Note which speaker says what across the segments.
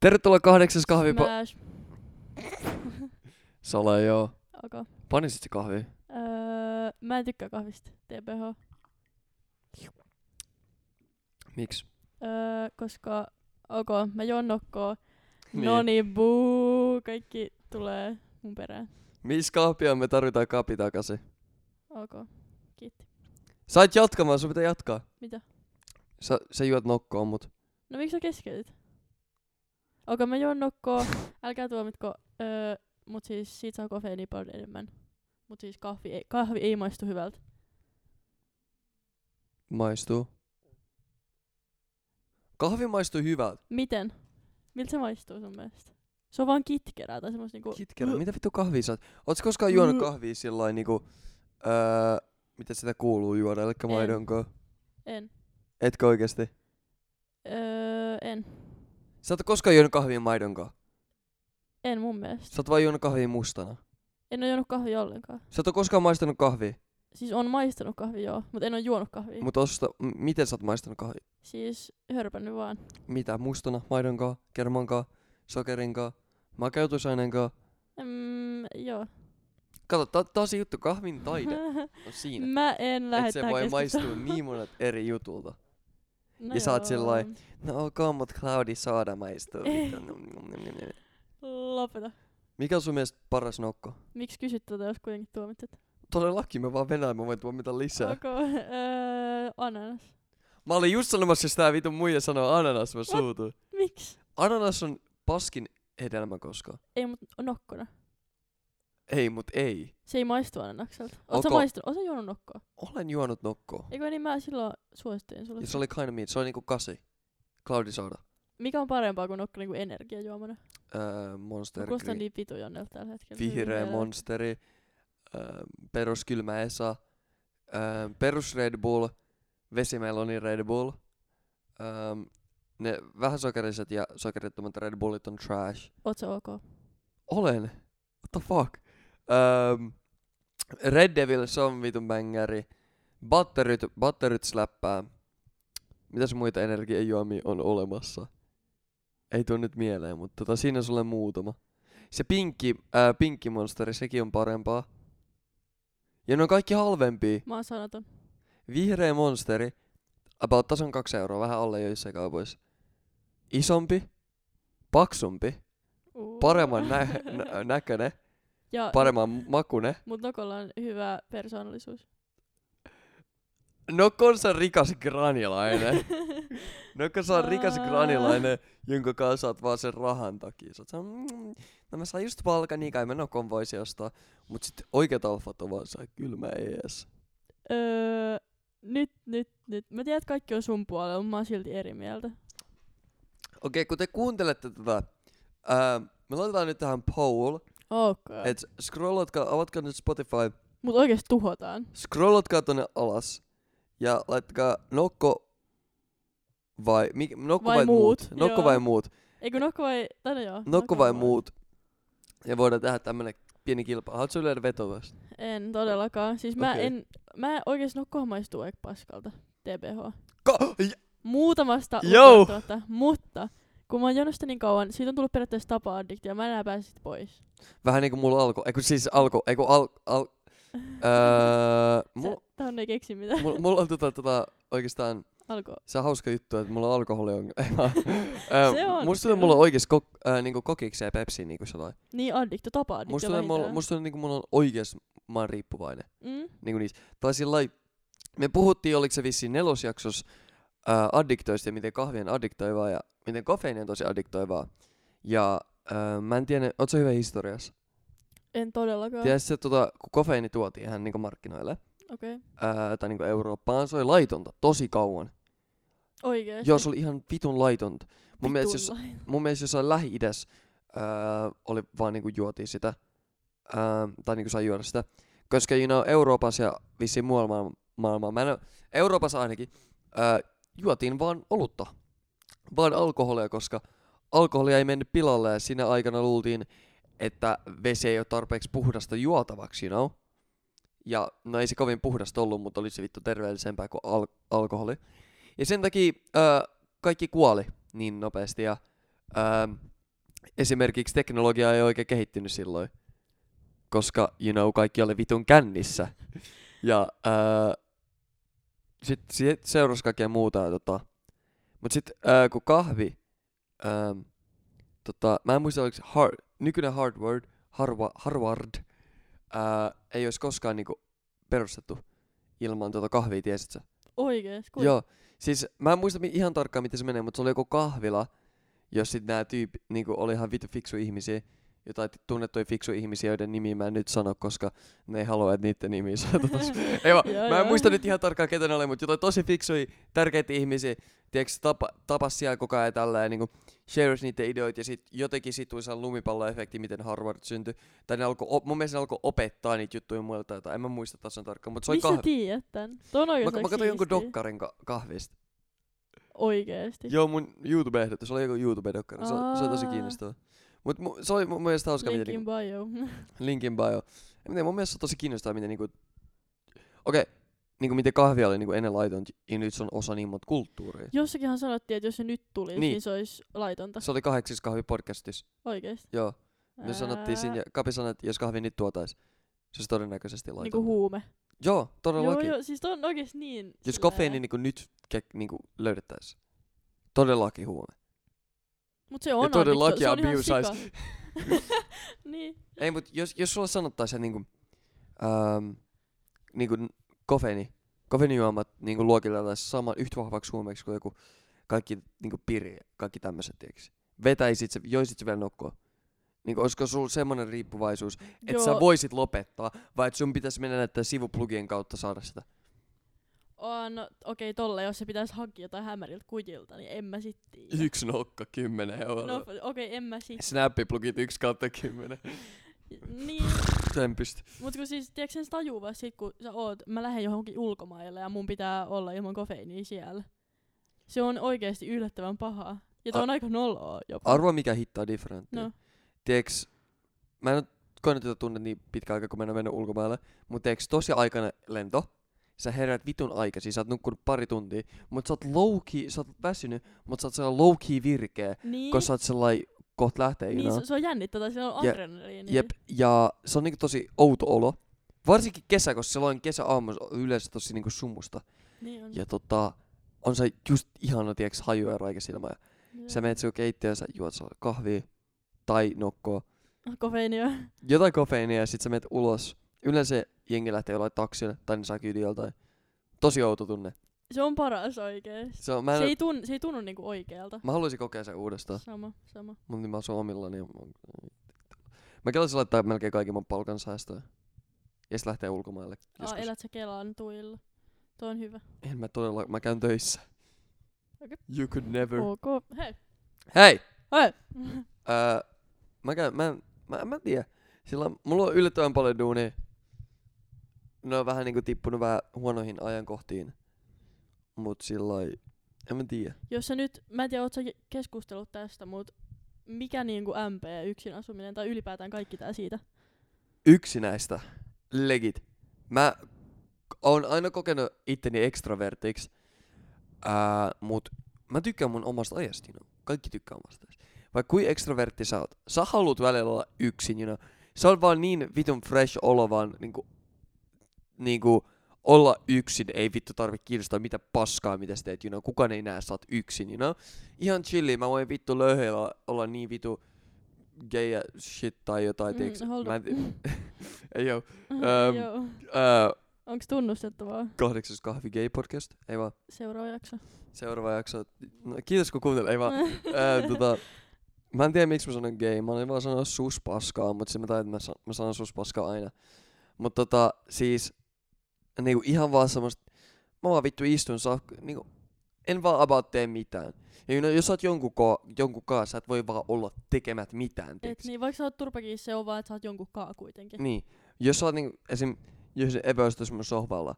Speaker 1: Tervetuloa kahdeksas kahvipa...
Speaker 2: Smash.
Speaker 1: Sale, joo.
Speaker 2: Okay.
Speaker 1: Panisit se kahvi?
Speaker 2: Öö, mä en tykkää kahvista. TPH.
Speaker 1: Miksi?
Speaker 2: Öö, koska, ok, mä juon nokkoa. No niin, buu, kaikki tulee mun perään.
Speaker 1: Missä kahvia me tarvitaan kapi takaisin?
Speaker 2: Ok, kiitti.
Speaker 1: Sait jatkamaan, sun pitää jatkaa.
Speaker 2: Mitä?
Speaker 1: Sä, sä juot nokkoon mut.
Speaker 2: No miksi sä keskeytit? Okei, mä juon nokkoa. Älkää tuomitko, öö, mut siis siitä saa kofeiiniä paljon enemmän. Mut siis kahvi ei, kahvi ei maistu hyvältä.
Speaker 1: Maistuu. Kahvi maistuu hyvältä.
Speaker 2: Miten? Miltä se maistuu sun mielestä? Se on vaan kitkerää tai semmos niinku...
Speaker 1: Kitkerä,
Speaker 2: Mm.
Speaker 1: mitä vittu kahvia sä oot? Oots koskaan juonut
Speaker 2: Mm.
Speaker 1: kahvia sillä niinku... Öö, mitä sitä kuuluu juoda, elikkä
Speaker 2: En.
Speaker 1: maidonko?
Speaker 2: En.
Speaker 1: Etkö oikeesti?
Speaker 2: Öö, en.
Speaker 1: Sä oot koskaan juonut kahvia maidonkaan.
Speaker 2: En mun mielestä.
Speaker 1: Sä oot vaan juonut kahvia mustana.
Speaker 2: En oo juonut kahvia ollenkaan.
Speaker 1: Sä et oo koskaan maistanut kahvia.
Speaker 2: Siis on maistanut kahvia joo, mut en oo juonut kahvia.
Speaker 1: Mut osta, m- miten sä oot maistanut kahvia?
Speaker 2: Siis hörpännyt vaan.
Speaker 1: mitä mustana, maidonkaa, kermankaa, sokerinkaa, makeutusaineenkaa.
Speaker 2: Mm, joo.
Speaker 1: Kato, tää ta- on se juttu, kahvin taide on siinä.
Speaker 2: Mä en lähde
Speaker 1: Niin. Et se
Speaker 2: tähän
Speaker 1: voi maistua
Speaker 2: keskusteluun.
Speaker 1: niin monet eri jutulta.
Speaker 2: No
Speaker 1: ja sä oot
Speaker 2: joo.
Speaker 1: sillai- No ok, mut cloudi saada maistuu.
Speaker 2: Ei.
Speaker 1: vittu, nom, nom, nom, nom, nom.
Speaker 2: Lopeta.
Speaker 1: Mikä on sun mielestä paras nokko?
Speaker 2: Miksi kysyt tätä, jos kuitenkin tuomitset?
Speaker 1: Todellakin, mä vaan venään, mä voin tuomita lisää.
Speaker 2: Onko öö, ananas?
Speaker 1: Mä olin just sanomassa, jos tää vitun muija sanoo ananas, mä suutuin.
Speaker 2: Miksi?
Speaker 1: Ananas on paskin hedelmä koska.
Speaker 2: Ei, mut nokkona.
Speaker 1: Ei, mut ei.
Speaker 2: Se ei maistu ananakselta. Oot sä
Speaker 1: Onko-
Speaker 2: maistunut? Oot sä juonut nokkoa?
Speaker 1: Olen juonut nokkoa.
Speaker 2: Eikö niin mä silloin suosittelin sulle?
Speaker 1: Ja se oli kind of meat, se oli niinku kasi. Cloudi soda.
Speaker 2: Mikä on parempaa kuin nokka niinku energiajuomana?
Speaker 1: Öö,
Speaker 2: Mä
Speaker 1: Monster
Speaker 2: kuulostan
Speaker 1: Green.
Speaker 2: niin vitu jonnelta tällä hetkellä.
Speaker 1: vihreä monsteri, äh, perus kylmä Esa, äh, perus Red Bull, vesimeloni Red Bull. Ähm, ne vähän sokeriset ja sokerittomat Red Bullit on trash.
Speaker 2: Oot sä ok?
Speaker 1: Olen. What the fuck? Ähm, Red Devil, se on vitun bängäri. Batteryt, batteryt släppää. Mitäs muita energiajuomia on olemassa? Ei tuu nyt mieleen, mutta tota, siinä sulle muutama. Se pinkki, ää, pinkki monsteri, sekin on parempaa. Ja ne on kaikki halvempia.
Speaker 2: Mä oon sanaton.
Speaker 1: Vihreä monsteri, about tasan kaksi euroa, vähän alle joissain kaupoissa. Isompi, paksumpi,
Speaker 2: Uu.
Speaker 1: paremman nä- nä- näköne,
Speaker 2: Ja
Speaker 1: paremman makune.
Speaker 2: Mut Nokolla on hyvä persoonallisuus.
Speaker 1: No kun sä rikas granilainen. No kun sä on rikas granilainen, jonka kanssa saat vaan sen rahan takia. Sä oot sä, mm, no mä saan just palkan, niin kai mä nokon voisi ostaa. Mut sit oikeat alfat on vaan saa kylmä ees.
Speaker 2: öö, nyt, nyt, nyt. Mä tiedän, että kaikki on sun puolella, mutta mä oon silti eri mieltä.
Speaker 1: Okei, kun te kuuntelette tätä, ää, me laitetaan nyt tähän poll,
Speaker 2: Okei. Okay.
Speaker 1: et scrollatkaa, avatkaa nyt Spotify,
Speaker 2: Mut oikeesti tuhotaan.
Speaker 1: scrollatkaa tonne alas ja laittakaa nokko vai, mik, nokko vai,
Speaker 2: Vai
Speaker 1: muut,
Speaker 2: muut,
Speaker 1: nokko
Speaker 2: joo.
Speaker 1: vai muut,
Speaker 2: Eikö nokko vai... Tai no joo.
Speaker 1: Nokko vai
Speaker 2: vaan.
Speaker 1: muut. Ja voidaan tehdä tämmönen pieni kilpailu. Haluatko sä lyödä vetoa tästä?
Speaker 2: En todellakaan. Siis mä
Speaker 1: Okei.
Speaker 2: en... Mä oikeesti nokko maistuu aika paskalta. TBH.
Speaker 1: Ko-
Speaker 2: Muutamasta
Speaker 1: Joo.
Speaker 2: lukuunottamatta, mutta kun mä oon juonut sitä niin kauan, siitä on tullut periaatteessa tapa-addiktio, mä en enää pääse siitä pois.
Speaker 1: Vähän niinku mulla alko. Eiku siis alko. Eiku al... al öö,
Speaker 2: Sä,
Speaker 1: mu-
Speaker 2: tähän ei keksi mitään.
Speaker 1: mulla, mulla on tota, tota, oikeastaan
Speaker 2: Alkoi.
Speaker 1: se hauska juttu, että mulla on alkoholiongelma. Ei vaan.
Speaker 2: Se
Speaker 1: Öö,
Speaker 2: on
Speaker 1: musta tulee
Speaker 2: kyllä.
Speaker 1: mulla oikeesti kok- öö, niinku kokiksi ja pepsiä niinku sellainen.
Speaker 2: Niin addiktio, tapa-addiktio
Speaker 1: Musta tulee, mulla,
Speaker 2: vähintään.
Speaker 1: musta tulee niinku mulla on oikees, mä oon riippuvainen.
Speaker 2: Mm?
Speaker 1: Niinku niistä. Tai sillä me puhuttiin, oliko se vissiin nelosjaksos ää, addiktoista ja miten kahvi on addiktoivaa ja miten kofeiini on tosi addiktoivaa. Ja ää, mä en tiedä, oot sä hyvä historiassa?
Speaker 2: En todellakaan.
Speaker 1: Tiedätkö, se, tota, kun kofeiini tuotiin ihan niinku markkinoille
Speaker 2: Okei. Okay.
Speaker 1: ää, tai niinku Eurooppaan, se oli laitonta tosi kauan.
Speaker 2: Oikeesti.
Speaker 1: Joo, se oli ihan vitun laitonta. Mun mielestä, siis- jos,
Speaker 2: Vitun lailla.
Speaker 1: mun mielestä jossain Lähi-idässä öö, oli vaan niinku juotiin sitä, öö, tai niinku sai juoda sitä. Koska you know, Euroopassa ja vissiin muualla maailma- maailmaa, mä en, oo- Euroopassa ainakin, öö, juotiin vaan olutta. Vaan alkoholia, koska alkoholia ei mennyt pilalle ja siinä aikana luultiin, että vesi ei ole tarpeeksi puhdasta juotavaksi, you know? Ja no ei se kovin puhdasta ollut, mutta oli se vittu terveellisempää kuin al- alkoholi. Ja sen takia öö, kaikki kuoli niin nopeasti ja Öö, esimerkiksi teknologia ei oikein kehittynyt silloin, koska you know, kaikki oli vitun kännissä. Ja öö, sitten sit seurasi kaikkea muuta. Ja, tota. Mutta sitten öö, kun kahvi, öö, tota, mä en muista oliko se hard, nykyinen Harvard, harva, Harvard öö, ei olisi koskaan niinku perustettu ilman tota kahvia, tiesitkö? sä?
Speaker 2: Oikees, kuin?
Speaker 1: Joo, siis mä en muista mi- ihan tarkkaan miten se menee, mutta se oli joku kahvila, jos sit nää tyypit niinku oli ihan vittu fiksu ihmisiä, jotain t- tunnettuja fiksu ihmisiä, joiden nimiä mä en nyt sano, koska ne ei halua, että niiden nimiä sanotaan. ei vaan,
Speaker 2: Joo,
Speaker 1: mä en
Speaker 2: joo.
Speaker 1: muista nyt ihan tarkkaan ketä ne oli, mutta jotain tosi fiksuja, tärkeitä ihmisiä, tiedätkö, tapa, tapas siellä koko ajan tällä ja niinku sharesi niiden ideoita ja sit jotenkin sit tuli sellainen lumipalloefekti, miten Harvard syntyi. Tai ne alkoi, o- mun mielestä ne alkoi opettaa niitä juttuja muilta, jotain. en mä muista tasan tarkkaan, mutta se oli
Speaker 2: Mistä sä
Speaker 1: kahvi.
Speaker 2: tiedät tän? Tuo on
Speaker 1: Mä,
Speaker 2: oikeesti
Speaker 1: mä katsoin jonkun
Speaker 2: siistiä.
Speaker 1: dokkarin ka- kahvista.
Speaker 2: Oikeesti.
Speaker 1: Joo, mun YouTube-ehdotus oli joku YouTube-dokkari. Se, on- se on tosi
Speaker 2: Aa.
Speaker 1: kiinnostavaa. Mut mu, se oli mun mielestä hauska, miten
Speaker 2: Linkin
Speaker 1: niinku,
Speaker 2: bio.
Speaker 1: linkin bio. En tiedä, mun mielestä se on tosi kiinnostavaa, miten niinku, okei, niinku miten kahvia oli niinku ennen laitonta, ja nyt se on osa niin monta kulttuuria.
Speaker 2: Jossakinhan sanottiin, että jos se nyt tulisi,
Speaker 1: Niin.
Speaker 2: niin, se olisi laitonta.
Speaker 1: Se oli kahdeksissa kahvipodcastissa,
Speaker 2: Oikeesti.
Speaker 1: joo. Me sanottiin siinä, ja Kapi sanoi, että jos kahvi nyt tuotais, se olisi todennäköisesti laitonta.
Speaker 2: Niinku huume.
Speaker 1: Joo,
Speaker 2: Joo,
Speaker 1: todellakin.
Speaker 2: joo, siis toi on oikeesti niin...
Speaker 1: Jos
Speaker 2: silleen-
Speaker 1: kofeiini niinku nyt ke, niinku löydettäisiin, todellakin huume.
Speaker 2: Mut se on oikeesti,
Speaker 1: niin todellakin E-
Speaker 2: se, se on ihan
Speaker 1: abusaisi.
Speaker 2: sika. niin.
Speaker 1: Ei, mutta jos, jos sulla sanottaisiin niinku, ähm, niinku kofeini, kofeinijuomat niinku luokiteltaisiin saman yhtä vahvaksi huumeeksi kuin joku kaikki niinku piri, kaikki tämmöiset, tiiäks. Vetäisit se, joisit se vielä nokkoa. Niinku, olisiko sulla semmoinen riippuvaisuus, että sä
Speaker 2: Joo.
Speaker 1: voisit lopettaa, vai että sun pitäisi mennä näiden sivuplugien kautta saada sitä?
Speaker 2: Oh, no, okei, tolle, jos se pitäisi hankkia jotain hämäriltä kutilta, niin en mä sit tiedä.
Speaker 1: Yksi nokka, kymmenen euroa.
Speaker 2: No
Speaker 1: No.
Speaker 2: okei, okay, en mä sit.
Speaker 1: Snappiplugit yksi kautta kymmenen.
Speaker 2: Niin,
Speaker 1: Tempistä.
Speaker 2: mut kun siis, tiedätkö sen tajuu vaan sit, kun sä oot, mä lähden johonkin ulkomaille ja mun pitää olla ilman kofeiiniä siellä. Se on oikeesti yllättävän pahaa. Ja toi
Speaker 1: Ar-
Speaker 2: on aika noloa jopa.
Speaker 1: Arvoa mikä hittaa differenttiä.
Speaker 2: No.
Speaker 1: tieks, mä en ole konetyötä tunne niin pitkä aika, kun mä en ole mennyt ulkomaille, mutta tieks tosi aikainen lento, sä herät vitun aikaisin, sä oot nukkunut pari tuntia, mutta sä oot low key, sä oot väsynyt, mutta sä oot sellainen low key virkeä,
Speaker 2: Niin,
Speaker 1: koska sä oot sellainen kohta lähtee, you
Speaker 2: niin
Speaker 1: know?
Speaker 2: se, se, on niin. jännittävää, siellä on
Speaker 1: Jep,
Speaker 2: adrenaliini.
Speaker 1: Jep, ja se on niinku tosi outo olo, varsinkin kesä, koska silloin kesäaamu on yleensä tosi niinku sumusta,
Speaker 2: Niin on.
Speaker 1: ja tota, on se just ihana, tieks, haju ja raikas ilma, ja
Speaker 2: Joo.
Speaker 1: sä menet sun keittiöön, sä juot sulla kahvia, tai nokkoa,
Speaker 2: Ah, Kofeiinia.
Speaker 1: jotain kofeiinia ja sit sä menet ulos. Yleensä jengi lähtee jollain taksille tai ne saa kyydin joltain. Tosi outo tunne.
Speaker 2: Se on paras oikeesti.
Speaker 1: Se on, mä,
Speaker 2: Se
Speaker 1: en,
Speaker 2: ei, tunnu, se ei tunnu niinku oikealta.
Speaker 1: mä haluaisin kokea sen uudestaan,
Speaker 2: Sama, sama.
Speaker 1: mutta mä asun omillani. ja mä- Mä kelasin laittaa melkein kaiken mun palkan säästöön. Ja sit lähtee ulkomaille.
Speaker 2: Aa,
Speaker 1: joskus.
Speaker 2: Ah, elät sä Kelan tuilla. Tuo on hyvä.
Speaker 1: En mä todella, mä käyn töissä.
Speaker 2: Okei. Oh.
Speaker 1: You could never.
Speaker 2: Ok, hei.
Speaker 1: Hei!
Speaker 2: Hei.
Speaker 1: Öö, mä käyn, mä, en- mä, mä en tiedä. Sillä mulla on yllättävän paljon duunia. Ne on vähän niinku tippunut vähän huonoihin ajankohtiin. Mut sillä lailla- en mä tiedä.
Speaker 2: Jos sä nyt, mä en tiedä, oot sä ke- keskustellut tästä, mut mikä niinku MP yksin asuminen tai ylipäätään kaikki tää siitä?
Speaker 1: Yksi näistä. Legit. Mä oon aina kokenut itteni extravertiksi. Ää, mut mä tykkään mun omasta ajasta, you know. Kaikki tykkää omasta ajasta. Vaikka kuin extravertti sä oot, sä haluut välillä olla yksin, you know. Se on vaan niin vitun fresh olo vaan niinku, niinku olla yksin, ei vittu tarvi kiinnostaa mitä paskaa mitä sä teet, you know. Kukaan ei näe, sä oot yksin, you know. Ihan chilli, mä voin vittu löyheillä olla niin vittu gay ja shit tai jotain, mm, tiiäks.
Speaker 2: hold
Speaker 1: Mä en
Speaker 2: up.
Speaker 1: ti- ei oo.
Speaker 2: Öm.
Speaker 1: Öm.
Speaker 2: Joo.
Speaker 1: Öö,
Speaker 2: Onks tunnustettavaa?
Speaker 1: kahdeksas kahvi gay podcast. Ei vaan.
Speaker 2: Seuraava jakso.
Speaker 1: Seuraava jakso. No, kiitos kun kuuntelit. Ei vaan. öö, tota, mä en tiedä miksi mä sanon gay. Mä olin vaan sanoa sus paskaa, mutta se mä tajuin, että mä, san- mä sanon sus paskaa aina. Mutta tota, siis niinku ihan vaan semmoista, mä vaan vittu istun saa, niinku, en vaan about tee mitään. Ja you know, jos sä oot jonkun, ko- jonkun kanssa, sä et voi vaan olla tekemät mitään.
Speaker 2: Et
Speaker 1: tiiäks.
Speaker 2: niin, vaikka sä oot turpakin, se on vaan, että sä oot jonkun kaa kuitenkin.
Speaker 1: Niin. Jos sä oot niinku, esim. jos se epäilystäis mun sohvalla,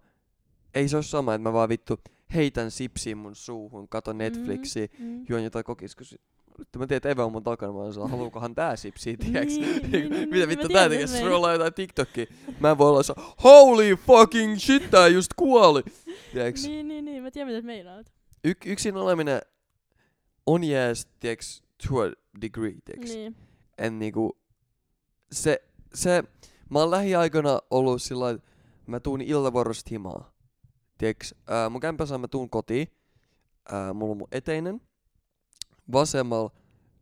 Speaker 1: ei se oo sama, että mä vaan vittu heitän sipsiin mun suuhun, katon
Speaker 2: Mhm.
Speaker 1: Netflixiä, mm-hmm.
Speaker 2: Mm.
Speaker 1: juon jotain kokiskos. Vittu mä tiedän, että Eve on mun takana, mä sanon, haluukohan tää sipsiä, tiiäks?
Speaker 2: Niin, niin, niin,
Speaker 1: Mitä
Speaker 2: niin,
Speaker 1: vittu
Speaker 2: mä
Speaker 1: tää
Speaker 2: tiedän,
Speaker 1: tekee,
Speaker 2: mitä
Speaker 1: sulla on jotain TikTokia. Mä en voi olla se, holy fucking shit, tää just kuoli. Tiiäks?
Speaker 2: Niin, niin, niin. Mä tiedän, mitä meinaat.
Speaker 1: Y- yksin oleminen on jees, tiiäks, tuo degree, tiiäks.
Speaker 2: Niin.
Speaker 1: en niinku, se, se, mä oon lähiaikoina ollut sillä lailla, että mä tuun iltavuorosta himaa. Tiiäks, ää, mun kämpässä mä tuun kotiin, ää, mulla on mun eteinen, vasemmalla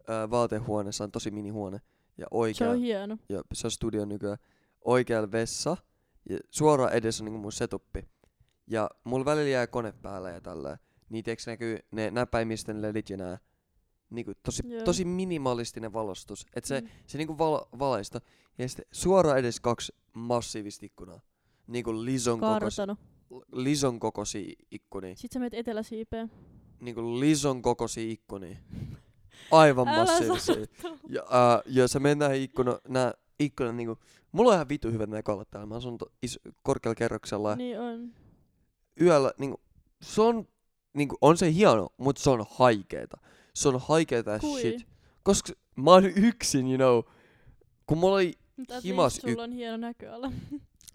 Speaker 1: ää, vaatehuoneessa on tosi minihuone, ja
Speaker 2: Se on
Speaker 1: oikealla,
Speaker 2: hieno.
Speaker 1: ja se on studio nykyään, oikealla vessa, ja suoraan edessä on niinku mun setuppi. Ja mulla välillä jää kone päälle ja tälleen. Niin tiiäks näkyy ne näppäimisten ledit ja nää. Niinku tosi,
Speaker 2: Joo.
Speaker 1: tosi minimalistinen valostus. Et se,
Speaker 2: Mm.
Speaker 1: se niinku val, valaista. Ja sitten suoraan edes kaksi massiivista ikkunaa. Niinku lison, kokos,
Speaker 2: Kartano.
Speaker 1: lison kokoisia ikkunia.
Speaker 2: Sitten sä menet eteläsiipeen.
Speaker 1: Niinku lison kokoisia ikkunia. Aivan
Speaker 2: Älä
Speaker 1: massiivisia. Ja, äh, ja sä menet näihin ikkuna, nää ikkunat niinku... Mulla on ihan vitu hyvät näköalat täällä. Mä asun to, is, korkealla kerroksella. Niin.
Speaker 2: Niin on.
Speaker 1: Yöllä niinku... Se on... Niinku, on se hieno, mutta se on haikeeta. Se on haikeeta as
Speaker 2: Kui.
Speaker 1: shit. Koska mä oon yksin, you know. Kun mulla oli
Speaker 2: Mutta at
Speaker 1: Himas
Speaker 2: least sulla on hieno näköala.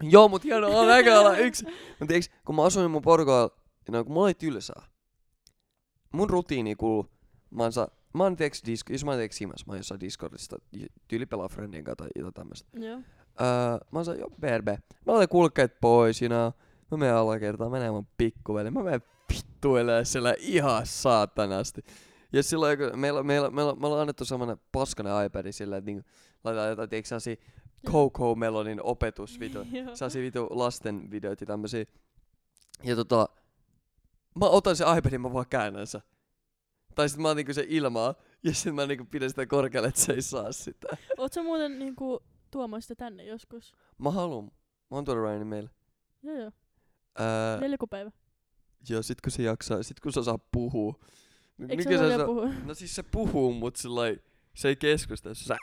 Speaker 1: Joo, mut hieno on näköala yksi. Mut tiiäks, kun mä asuin mun porukalla, no, kun mulla oli tylsää. Mun rutiini kuuluu, mä oon, saa, mä oon tiiäks, disk, jos mä oon tiiäks himas, mä oon jossain Discordista, j- tyyli pelaa friendien kanssa tai jotain tämmöstä.
Speaker 2: Joo.
Speaker 1: Öö, mä oon saa, joo, berbe. Mä otan kulkeet pois, you know. Mä menen alakertaan, mä näen mun pikkuveli, mä menen vittuilee siellä ihan saatanasti. Ja silloin, kun meillä, meillä, meillä, meillä on annettu semmonen paskanen iPad sillä, että niinku, laitetaan jotain, tiiäks, sellaisia Coco Melonin opetusvideoita
Speaker 2: Joo.
Speaker 1: sellaisia vitu lasten videoita ja tämmösiä. Ja tota, mä otan sen iPadin, mä vaan käännän sen. Tai sit mä oon niinku se ilmaa, ja sit mä niinku pidän sitä korkealle, että se ei saa sitä.
Speaker 2: Oot sä muuten niinku tuomaan sitä tänne joskus?
Speaker 1: Mä haluun, mä oon tuoda Ryanin meille.
Speaker 2: Joo joo.
Speaker 1: Ää,
Speaker 2: Neljäkupäivä.
Speaker 1: ja sit kun se jaksaa, sit kun se osaa puhua. Ni-
Speaker 2: Eikö
Speaker 1: mikä
Speaker 2: se vielä
Speaker 1: sa-
Speaker 2: puhu?
Speaker 1: No siis se puhuu, mut sillai, se ei keskustele, se saa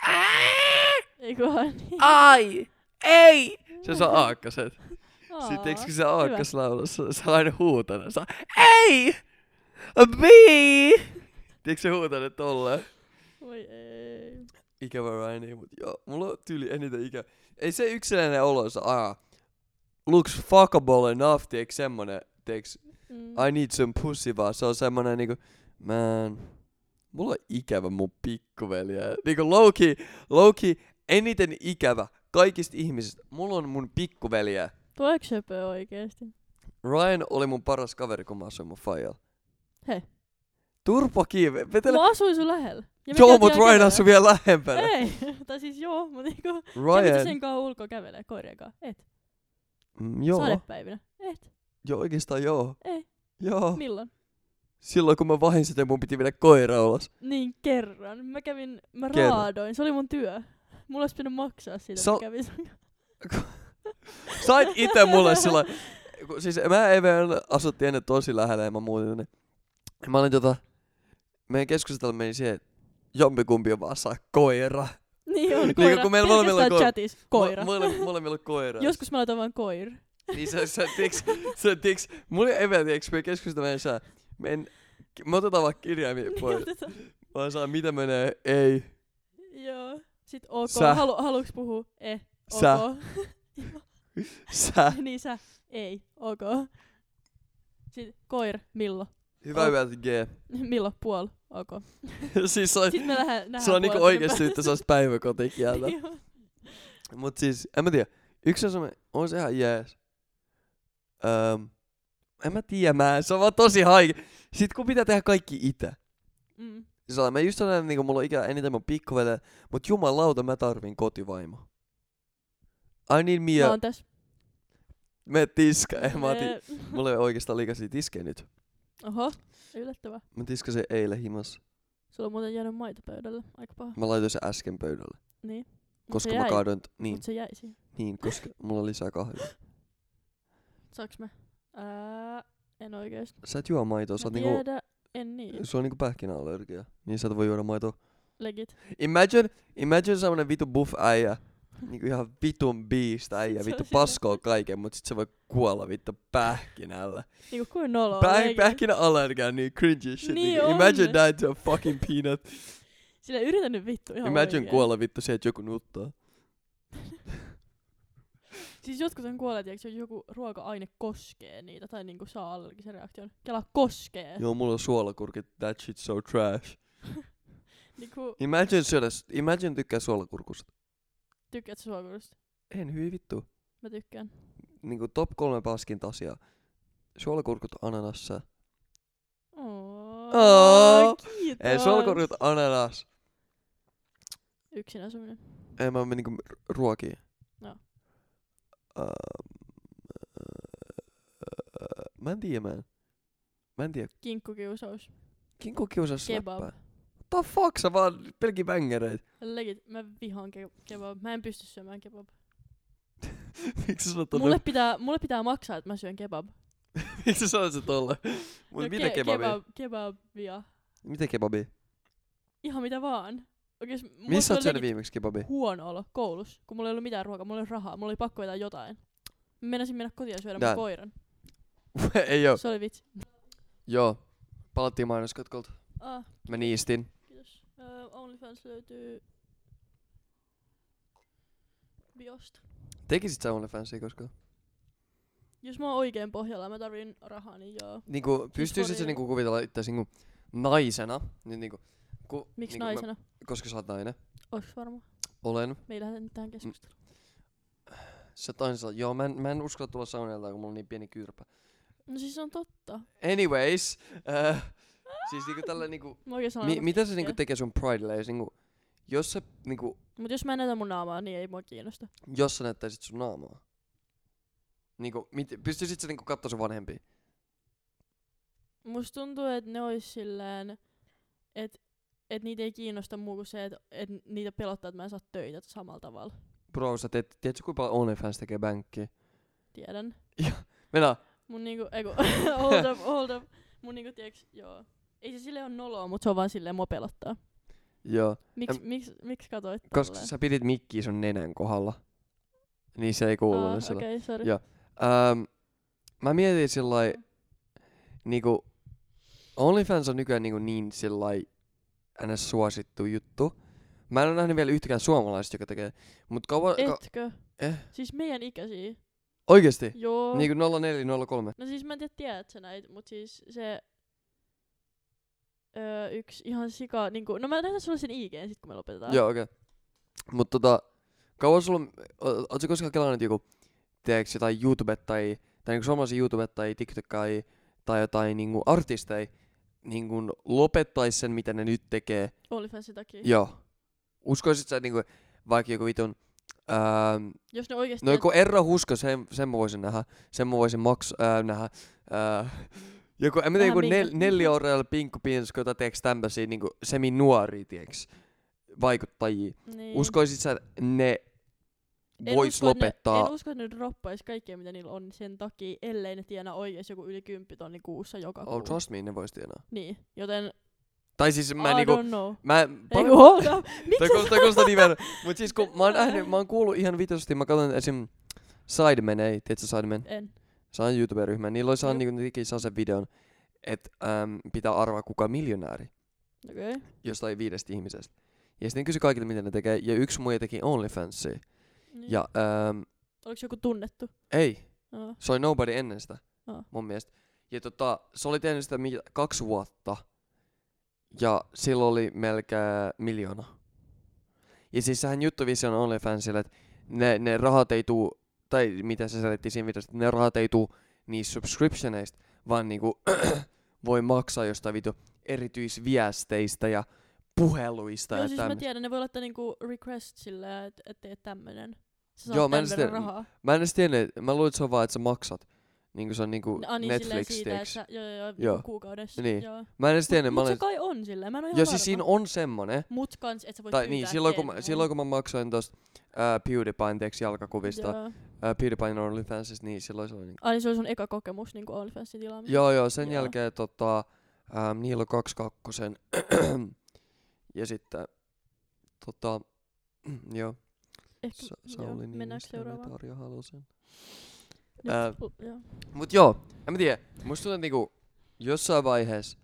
Speaker 2: Eikö Niin. vaan niin?
Speaker 1: ai, ei! Ah, Se saa aakkaset. Sitten eikö se aakkas laulu, se, se on aina huutanut, se on, ei! Bii! Tiedätkö se huutanut tolleen?
Speaker 2: Voi ei.
Speaker 1: Ikävä Ryan, mutta joo, mulla on tyyli eniten ikä. Ei se yksinäinen olo, se aa, looks fuckable enough, tiedätkö semmonen, tiedätkö,
Speaker 2: Mm.
Speaker 1: I need some pussy, vaan se on semmonen niinku, man, mulla on ikävä mun pikkuveliä. Niinku Loki, Loki, eniten ikävä kaikista ihmisistä, mulla on mun pikkuveliä.
Speaker 2: Tuleeko söpöä oikeesti?
Speaker 1: Ryan oli mun paras kaveri, kun mä asuin mun faijalla.
Speaker 2: Hei.
Speaker 1: Turpa kiinni, vetele.
Speaker 2: Mä asuin sun lähellä. Ja me
Speaker 1: Joo,
Speaker 2: käytiin
Speaker 1: mut
Speaker 2: aina
Speaker 1: Ryan
Speaker 2: kävelyllä.
Speaker 1: asui vielä lähempänä.
Speaker 2: Ei, tai siis joo, mut niinku, kävitkö
Speaker 1: Ryan,
Speaker 2: sen kanssa ulkoa kävelee koirien kanssa? Et.
Speaker 1: mm,
Speaker 2: Joo.
Speaker 1: joo,
Speaker 2: Sadepäivinä? Et.
Speaker 1: joo oikeastaan joo.
Speaker 2: Ei.
Speaker 1: Joo,
Speaker 2: Milloin?
Speaker 1: silloin kun mä vahin sitä, mun piti viedä koira ulos.
Speaker 2: Niin kerran. Mä kävin, mä
Speaker 1: Kerran.
Speaker 2: raadoin. Se oli mun työ. Mulla olisi pitänyt maksaa siitä,
Speaker 1: Sä-
Speaker 2: so... että mä kävin sun
Speaker 1: Sait itse mulle sillä, kun- siis mä ja Eve asuttiin ennen tosi lähellä ja mä muutin tänne. Mä olin tota, meidän keskustella meni siihen, että jompikumpi on vaan saa koira.
Speaker 2: Niin on,
Speaker 1: Niinku
Speaker 2: koira.
Speaker 1: kun meillä molemmilla on
Speaker 2: Pelkästään
Speaker 1: koira.
Speaker 2: chatis, koira.
Speaker 1: Mulla, mulla, mulla koira.
Speaker 2: Joskus mä laitan vaan koira.
Speaker 1: Niin se, se, tiiäks, se, tiiäks, mulla ei vielä, tiiäks, me keskustelemme sää. Me, en, me otetaan vaikka kirjaimia pois.
Speaker 2: Niin otetaan.
Speaker 1: Mä saan, mitä menee, ei,
Speaker 2: Joo. Sitten ok,
Speaker 1: Sä.
Speaker 2: Halu, haluuks puhua? Eh, ok.
Speaker 1: Sä. sä.
Speaker 2: niin sä, ei, ok. Sitten koira, millo?
Speaker 1: Hyvä
Speaker 2: Oh.
Speaker 1: yötä, G.
Speaker 2: Millo, puol, ok.
Speaker 1: siis se on,
Speaker 2: Sitten me lähdään
Speaker 1: se on niinku
Speaker 2: er
Speaker 1: oikeesti sitten se on päiväkotikieltä.
Speaker 2: Joo.
Speaker 1: Mut siis, en mä tiedä. Yksi on semmonen, on se ihan jees. Öm, en mä tiedä, mä, se on vaan tosi haike. Sit kun pitää tehdä kaikki itse.
Speaker 2: Mm.
Speaker 1: Sillä lailla, mä just sanoin, että niinku mulla on ikä eniten mun pikkuvele, mut jumalauta mä tarvin kotivaimo. I need me
Speaker 2: Mä
Speaker 1: a...
Speaker 2: oon tässä.
Speaker 1: Me tiska, en mä ti-
Speaker 2: Eh,
Speaker 1: Mulla ei ole oikeastaan liikaisia tiskejä nyt.
Speaker 2: Oho, yllättävää.
Speaker 1: Mä tiskasin eilen himas.
Speaker 2: Sulla on muuten jäänyt maito pöydälle, aika paha.
Speaker 1: Mä laitoin sen äsken pöydälle.
Speaker 2: Niin. Mut
Speaker 1: Koska
Speaker 2: se
Speaker 1: mä
Speaker 2: jäi.
Speaker 1: kaadoin... T- niin,
Speaker 2: Mut se jäi siihen.
Speaker 1: niin, koska mulla on lisää kahvia.
Speaker 2: Saaks mä? Ää, en oikeesti.
Speaker 1: Sä et juo maitoa, sä
Speaker 2: Mä
Speaker 1: oot niinku...
Speaker 2: tiedä, en niin.
Speaker 1: Sulla on niinku pähkinäallergia. Niin sä et voi juoda maitoa.
Speaker 2: Legit.
Speaker 1: Imagine, imagine semmonen vitu buff äijä. Niinku ihan vitun biistä äijä.
Speaker 2: Se
Speaker 1: Vittu
Speaker 2: on se-
Speaker 1: paskoo kaiken, mut sit se voi kuolla vittu pähkinällä.
Speaker 2: Niinku kuin noloa.
Speaker 1: Päh-
Speaker 2: legit.
Speaker 1: pähkinäallergia on niin cringy shit.
Speaker 2: Niin
Speaker 1: niinku,
Speaker 2: on.
Speaker 1: imagine that to a fucking peanut.
Speaker 2: Sillä yritä nyt vittu ihan
Speaker 1: Imagine
Speaker 2: oikein.
Speaker 1: kuolla vittu se, että joku nuttaa.
Speaker 2: Siis jotkut on kuolee, tiiäks, jos joku ruoka-aine koskee niitä tai niinku saa Eh. allergisen reaktion. Kela koskee.
Speaker 1: Joo, mulla on suolakurkit. That shit so trash.
Speaker 2: Niinku,
Speaker 1: Imagine syödä, s- imagine tykkää suolakurkusta.
Speaker 2: tykkäät sä suolakurkusta?
Speaker 1: En hyi vittu.
Speaker 2: Mä tykkään.
Speaker 1: Niinku top kolme paskinta asiaa. Suolakurkut ananassa.
Speaker 2: Oo,
Speaker 1: Oo.
Speaker 2: Kiitos.
Speaker 1: Ei, suolakurkut ananas.
Speaker 2: Yksin asuminen.
Speaker 1: Ei mä menen niinku ruokiin.
Speaker 2: Joo.
Speaker 1: Ähm, äh, öö, mä en tiedä mä en. Mä en tiedä.
Speaker 2: Kinkkukiusaus.
Speaker 1: Kinkku kiusas
Speaker 2: Kebab.
Speaker 1: läppää. What the fuck, sä vaan pelki bängereitä.
Speaker 2: Legit, mä vihaan ke- kebab. Mä en pysty syömään kebab.
Speaker 1: Miksi sä sanot
Speaker 2: Mulle
Speaker 1: Mulle...
Speaker 2: pitää, mulle pitää maksaa, että mä syön kebab.
Speaker 1: Miksi sä sanot se tolle? Mut
Speaker 2: No
Speaker 1: no, mitä
Speaker 2: ke-
Speaker 1: kebabia? Kebab.
Speaker 2: Kebab, kebabia.
Speaker 1: Mitä kebabia?
Speaker 2: Ihan mitä vaan. Oikees, mulla
Speaker 1: Missä oot
Speaker 2: tuli
Speaker 1: syönyt
Speaker 2: legit
Speaker 1: viimeksi kebabia?
Speaker 2: Huono olo koulussa, kun mulla ei ollut mitään ruokaa, mulla ei ollut rahaa, mulla oli pakko vetää jotain. Mä meinasin mennä kotiin ja syödä
Speaker 1: Dan.
Speaker 2: mun koiran.
Speaker 1: Ei oo.
Speaker 2: Se oli vitsi.
Speaker 1: Joo. Palattiin mainoskatkolta.
Speaker 2: Ah,
Speaker 1: Mä niistin.
Speaker 2: kiitos. Uh, OnlyFans löytyy biosta.
Speaker 1: Tekisit sä OnlyFansia koskaan?
Speaker 2: Jos mä oon oikein pohjalla, mä tarvin rahaa, niin joo.
Speaker 1: Niinku, pystyisit sä
Speaker 2: Sorry.
Speaker 1: niinku kuvitella itse niinku naisena? Niin niinku, ku,
Speaker 2: Miksi
Speaker 1: niinku
Speaker 2: naisena?
Speaker 1: Mä, koska sä oot nainen.
Speaker 2: Ois varma.
Speaker 1: Olen.
Speaker 2: Me ei lähdetä nyt tähän keskusteluun.
Speaker 1: Sä tanssit. Joo, mä en, mä en uskalla tulla sauneltaan, kun mulla on niin pieni kyrpä.
Speaker 2: No siis se on totta.
Speaker 1: Anyways. Äh, siis niinku tällä niinku...
Speaker 2: Mä oikein sanon.
Speaker 1: Mi- mitä se niinku
Speaker 2: No, Joo.
Speaker 1: tekee sun pridelle? Jos niinku, jos sä niinku,
Speaker 2: Mut jos mä en näytä mun naamaa, niin ei mua kiinnosta.
Speaker 1: jos sä näyttäisit sun naamaa. Niinku, mit, pystyisit sä niinku kattoo sun vanhempia?
Speaker 2: Musta tuntuu, että ne ois silleen, että et niitä ei kiinnosta muu kuin se, että et niitä pelottaa, että mä en saa töitä samalla tavalla.
Speaker 1: Bro, sä teet, tiedätkö kuinka paljon OnlyFans tekee bänkkiä?
Speaker 2: Tiedän.
Speaker 1: Mennään.
Speaker 2: Mun niinku, eiku, hold up, hold up. Mun niinku, tiiäks, joo. Ei se silleen on noloa, mut se on vaan silleen mua pelottaa.
Speaker 1: Joo.
Speaker 2: Miks,
Speaker 1: Em-
Speaker 2: miks, miks katoit
Speaker 1: Koska sä pidit mikkiä sun nenän kohdalla. Niin se ei kuulunut
Speaker 2: ah,
Speaker 1: sillä.
Speaker 2: Okei, okay, sori.
Speaker 1: Joo. Ähm, mä mietin sillai,
Speaker 2: Mm.
Speaker 1: niinku, OnlyFans on nykyään niinku niin sillai ns. suosittu juttu. Mä en ole nähnyt vielä yhtäkään suomalaista, joka tekee, mut kauan, ka-
Speaker 2: Etkö?
Speaker 1: eh, Niin.
Speaker 2: Siis meidän ikäisiä.
Speaker 1: oikeesti?
Speaker 2: Joo.
Speaker 1: Niinku 0403.
Speaker 2: No siis mä en tiedä, tiedät sä näitä, mut siis se öö, yksi ihan sika, niinku, no mä näytän sulle sen IGn sit kun me lopetetaan.
Speaker 1: Joo, okei. Okay. Mut tota, kauan sulla, on- o- ootko koskaan kelannut joku, tiedätkö, jotain YouTube tai, tai niinku suomalaisia YouTube tai TikTok tai, tai jotain niinku artisteja, niinku lopettais sen, mitä ne nyt tekee,
Speaker 2: Onlyfansin takia.
Speaker 1: Joo. Uskoisit sä niinku, vaikka joku vitun... Ähm,
Speaker 2: Jos ne oikeesti...
Speaker 1: no joku Erra Husko, sen, sen mä voisin nähdä. Sen mä voisin maks... Äh, nähdä. Äh, joku, en mä tiedä,
Speaker 2: Vähän
Speaker 1: joku nel,
Speaker 2: minkä-
Speaker 1: Nelli Orel, Pinkku Pinsko, tai teeks tämmösiä niinku semi-nuoria, tieks, vaikuttajia.
Speaker 2: niin.
Speaker 1: Uskoisit sä, ne
Speaker 2: En
Speaker 1: vois
Speaker 2: usko, että
Speaker 1: lopettaa...
Speaker 2: Ne, en usko, että ne droppais kaikkea, mitä niillä on sen takia, ellei ne tienaa oikeesti joku yli 10 tonni kuussa joka
Speaker 1: oh,
Speaker 2: kuu.
Speaker 1: trust me, ne vois tienaa.
Speaker 2: Niin, joten
Speaker 1: Tai siis mä
Speaker 2: I
Speaker 1: niinku...
Speaker 2: don't know.
Speaker 1: Mä,
Speaker 2: Ei
Speaker 1: paljon-
Speaker 2: kun hold up.
Speaker 1: Toi
Speaker 2: Miksi
Speaker 1: kuulostaa, kuulostaa nimen. Mut siis kun mä oon nähnyt, mä oon kuullut ihan vitusti, mä katson esim. Sidemen, ei, tiedätkö Sidemen?
Speaker 2: En.
Speaker 1: Se on YouTube-ryhmä. Niillä oli saanut,
Speaker 2: Juu.
Speaker 1: niinku, ne teki sen videon, että äm, pitää arvaa kuka on miljonääri
Speaker 2: Okei. Okay.
Speaker 1: jostain viidestä ihmisestä. Ja sitten ne kysyi kaikilta, miten ne tekee. Ja yksi muija teki OnlyFansia.
Speaker 2: Niin.
Speaker 1: Ja äm,
Speaker 2: Oliks joku tunnettu?
Speaker 1: ei,
Speaker 2: No.
Speaker 1: se oli Nobody ennen sitä,
Speaker 2: Joo.
Speaker 1: mun mielestä. Ja tota, se oli tehnyt sitä mi- kaksi vuotta. Ja sillä oli melkein miljoona. Ja siis sehän juttu vissi on OnlyFansille, että ne, ne rahat ei tuu, tai mitä se selitti siinä videossa, että ne rahat ei tuu niistä subscriptioneista, vaan niinku voi maksaa jostain vitu erityisviesteistä ja puheluista
Speaker 2: Joo,
Speaker 1: ja
Speaker 2: siis mä
Speaker 1: tämmöistä.
Speaker 2: tiedän, ne voi laittaa niinku request sillä, että et teet tämmönen. Sä saat
Speaker 1: Joo,
Speaker 2: Joo,
Speaker 1: mä
Speaker 2: mä
Speaker 1: en sitä- niinku
Speaker 2: rahaa.
Speaker 1: Mä en edes tiennyt, mä luulin, että se on vaan, että sä maksat. Niinku se on niinku
Speaker 2: No, niin,
Speaker 1: Netflix,
Speaker 2: Netflix, siitä, että
Speaker 1: tiiäks.
Speaker 2: sä, joo, joo, joo,
Speaker 1: Joo.
Speaker 2: joo. kuukaudessa.
Speaker 1: Niin.
Speaker 2: Joo.
Speaker 1: Mä en edes tiennyt, mä
Speaker 2: Mut
Speaker 1: olin...
Speaker 2: se kai on silleen, mä en oo ihan
Speaker 1: Joo,
Speaker 2: varma.
Speaker 1: siis siinä on semmonen.
Speaker 2: Mut kans, et sä voit
Speaker 1: Tai
Speaker 2: pyytää,
Speaker 1: niin, silloin kun, mä,
Speaker 2: tee mun.
Speaker 1: silloin kun mä maksoin tosta ää, PewDiePien teeksi jalkakuvista,
Speaker 2: Joo.
Speaker 1: ää, PewDiePien OnlyFansista, niin silloin se oli niinku...
Speaker 2: Ai niin se oli sun eka kokemus niinku Onlyfansin tilaamisesta.
Speaker 1: Joo, joo, sen
Speaker 2: Joo.
Speaker 1: jälkeen tota, ää, Niilo 22 ja sitten tota, joo,
Speaker 2: Ehkä,
Speaker 1: Sa-
Speaker 2: joo,
Speaker 1: Sauli
Speaker 2: mennäänkö
Speaker 1: Niinistö,
Speaker 2: seuraavaan?
Speaker 1: Tarja Halosen. niin
Speaker 2: Nyt,
Speaker 1: Ää,
Speaker 2: l- joo.
Speaker 1: Mut joo, en mä tiedä, musta tuntuu niinku jossain vaiheessa,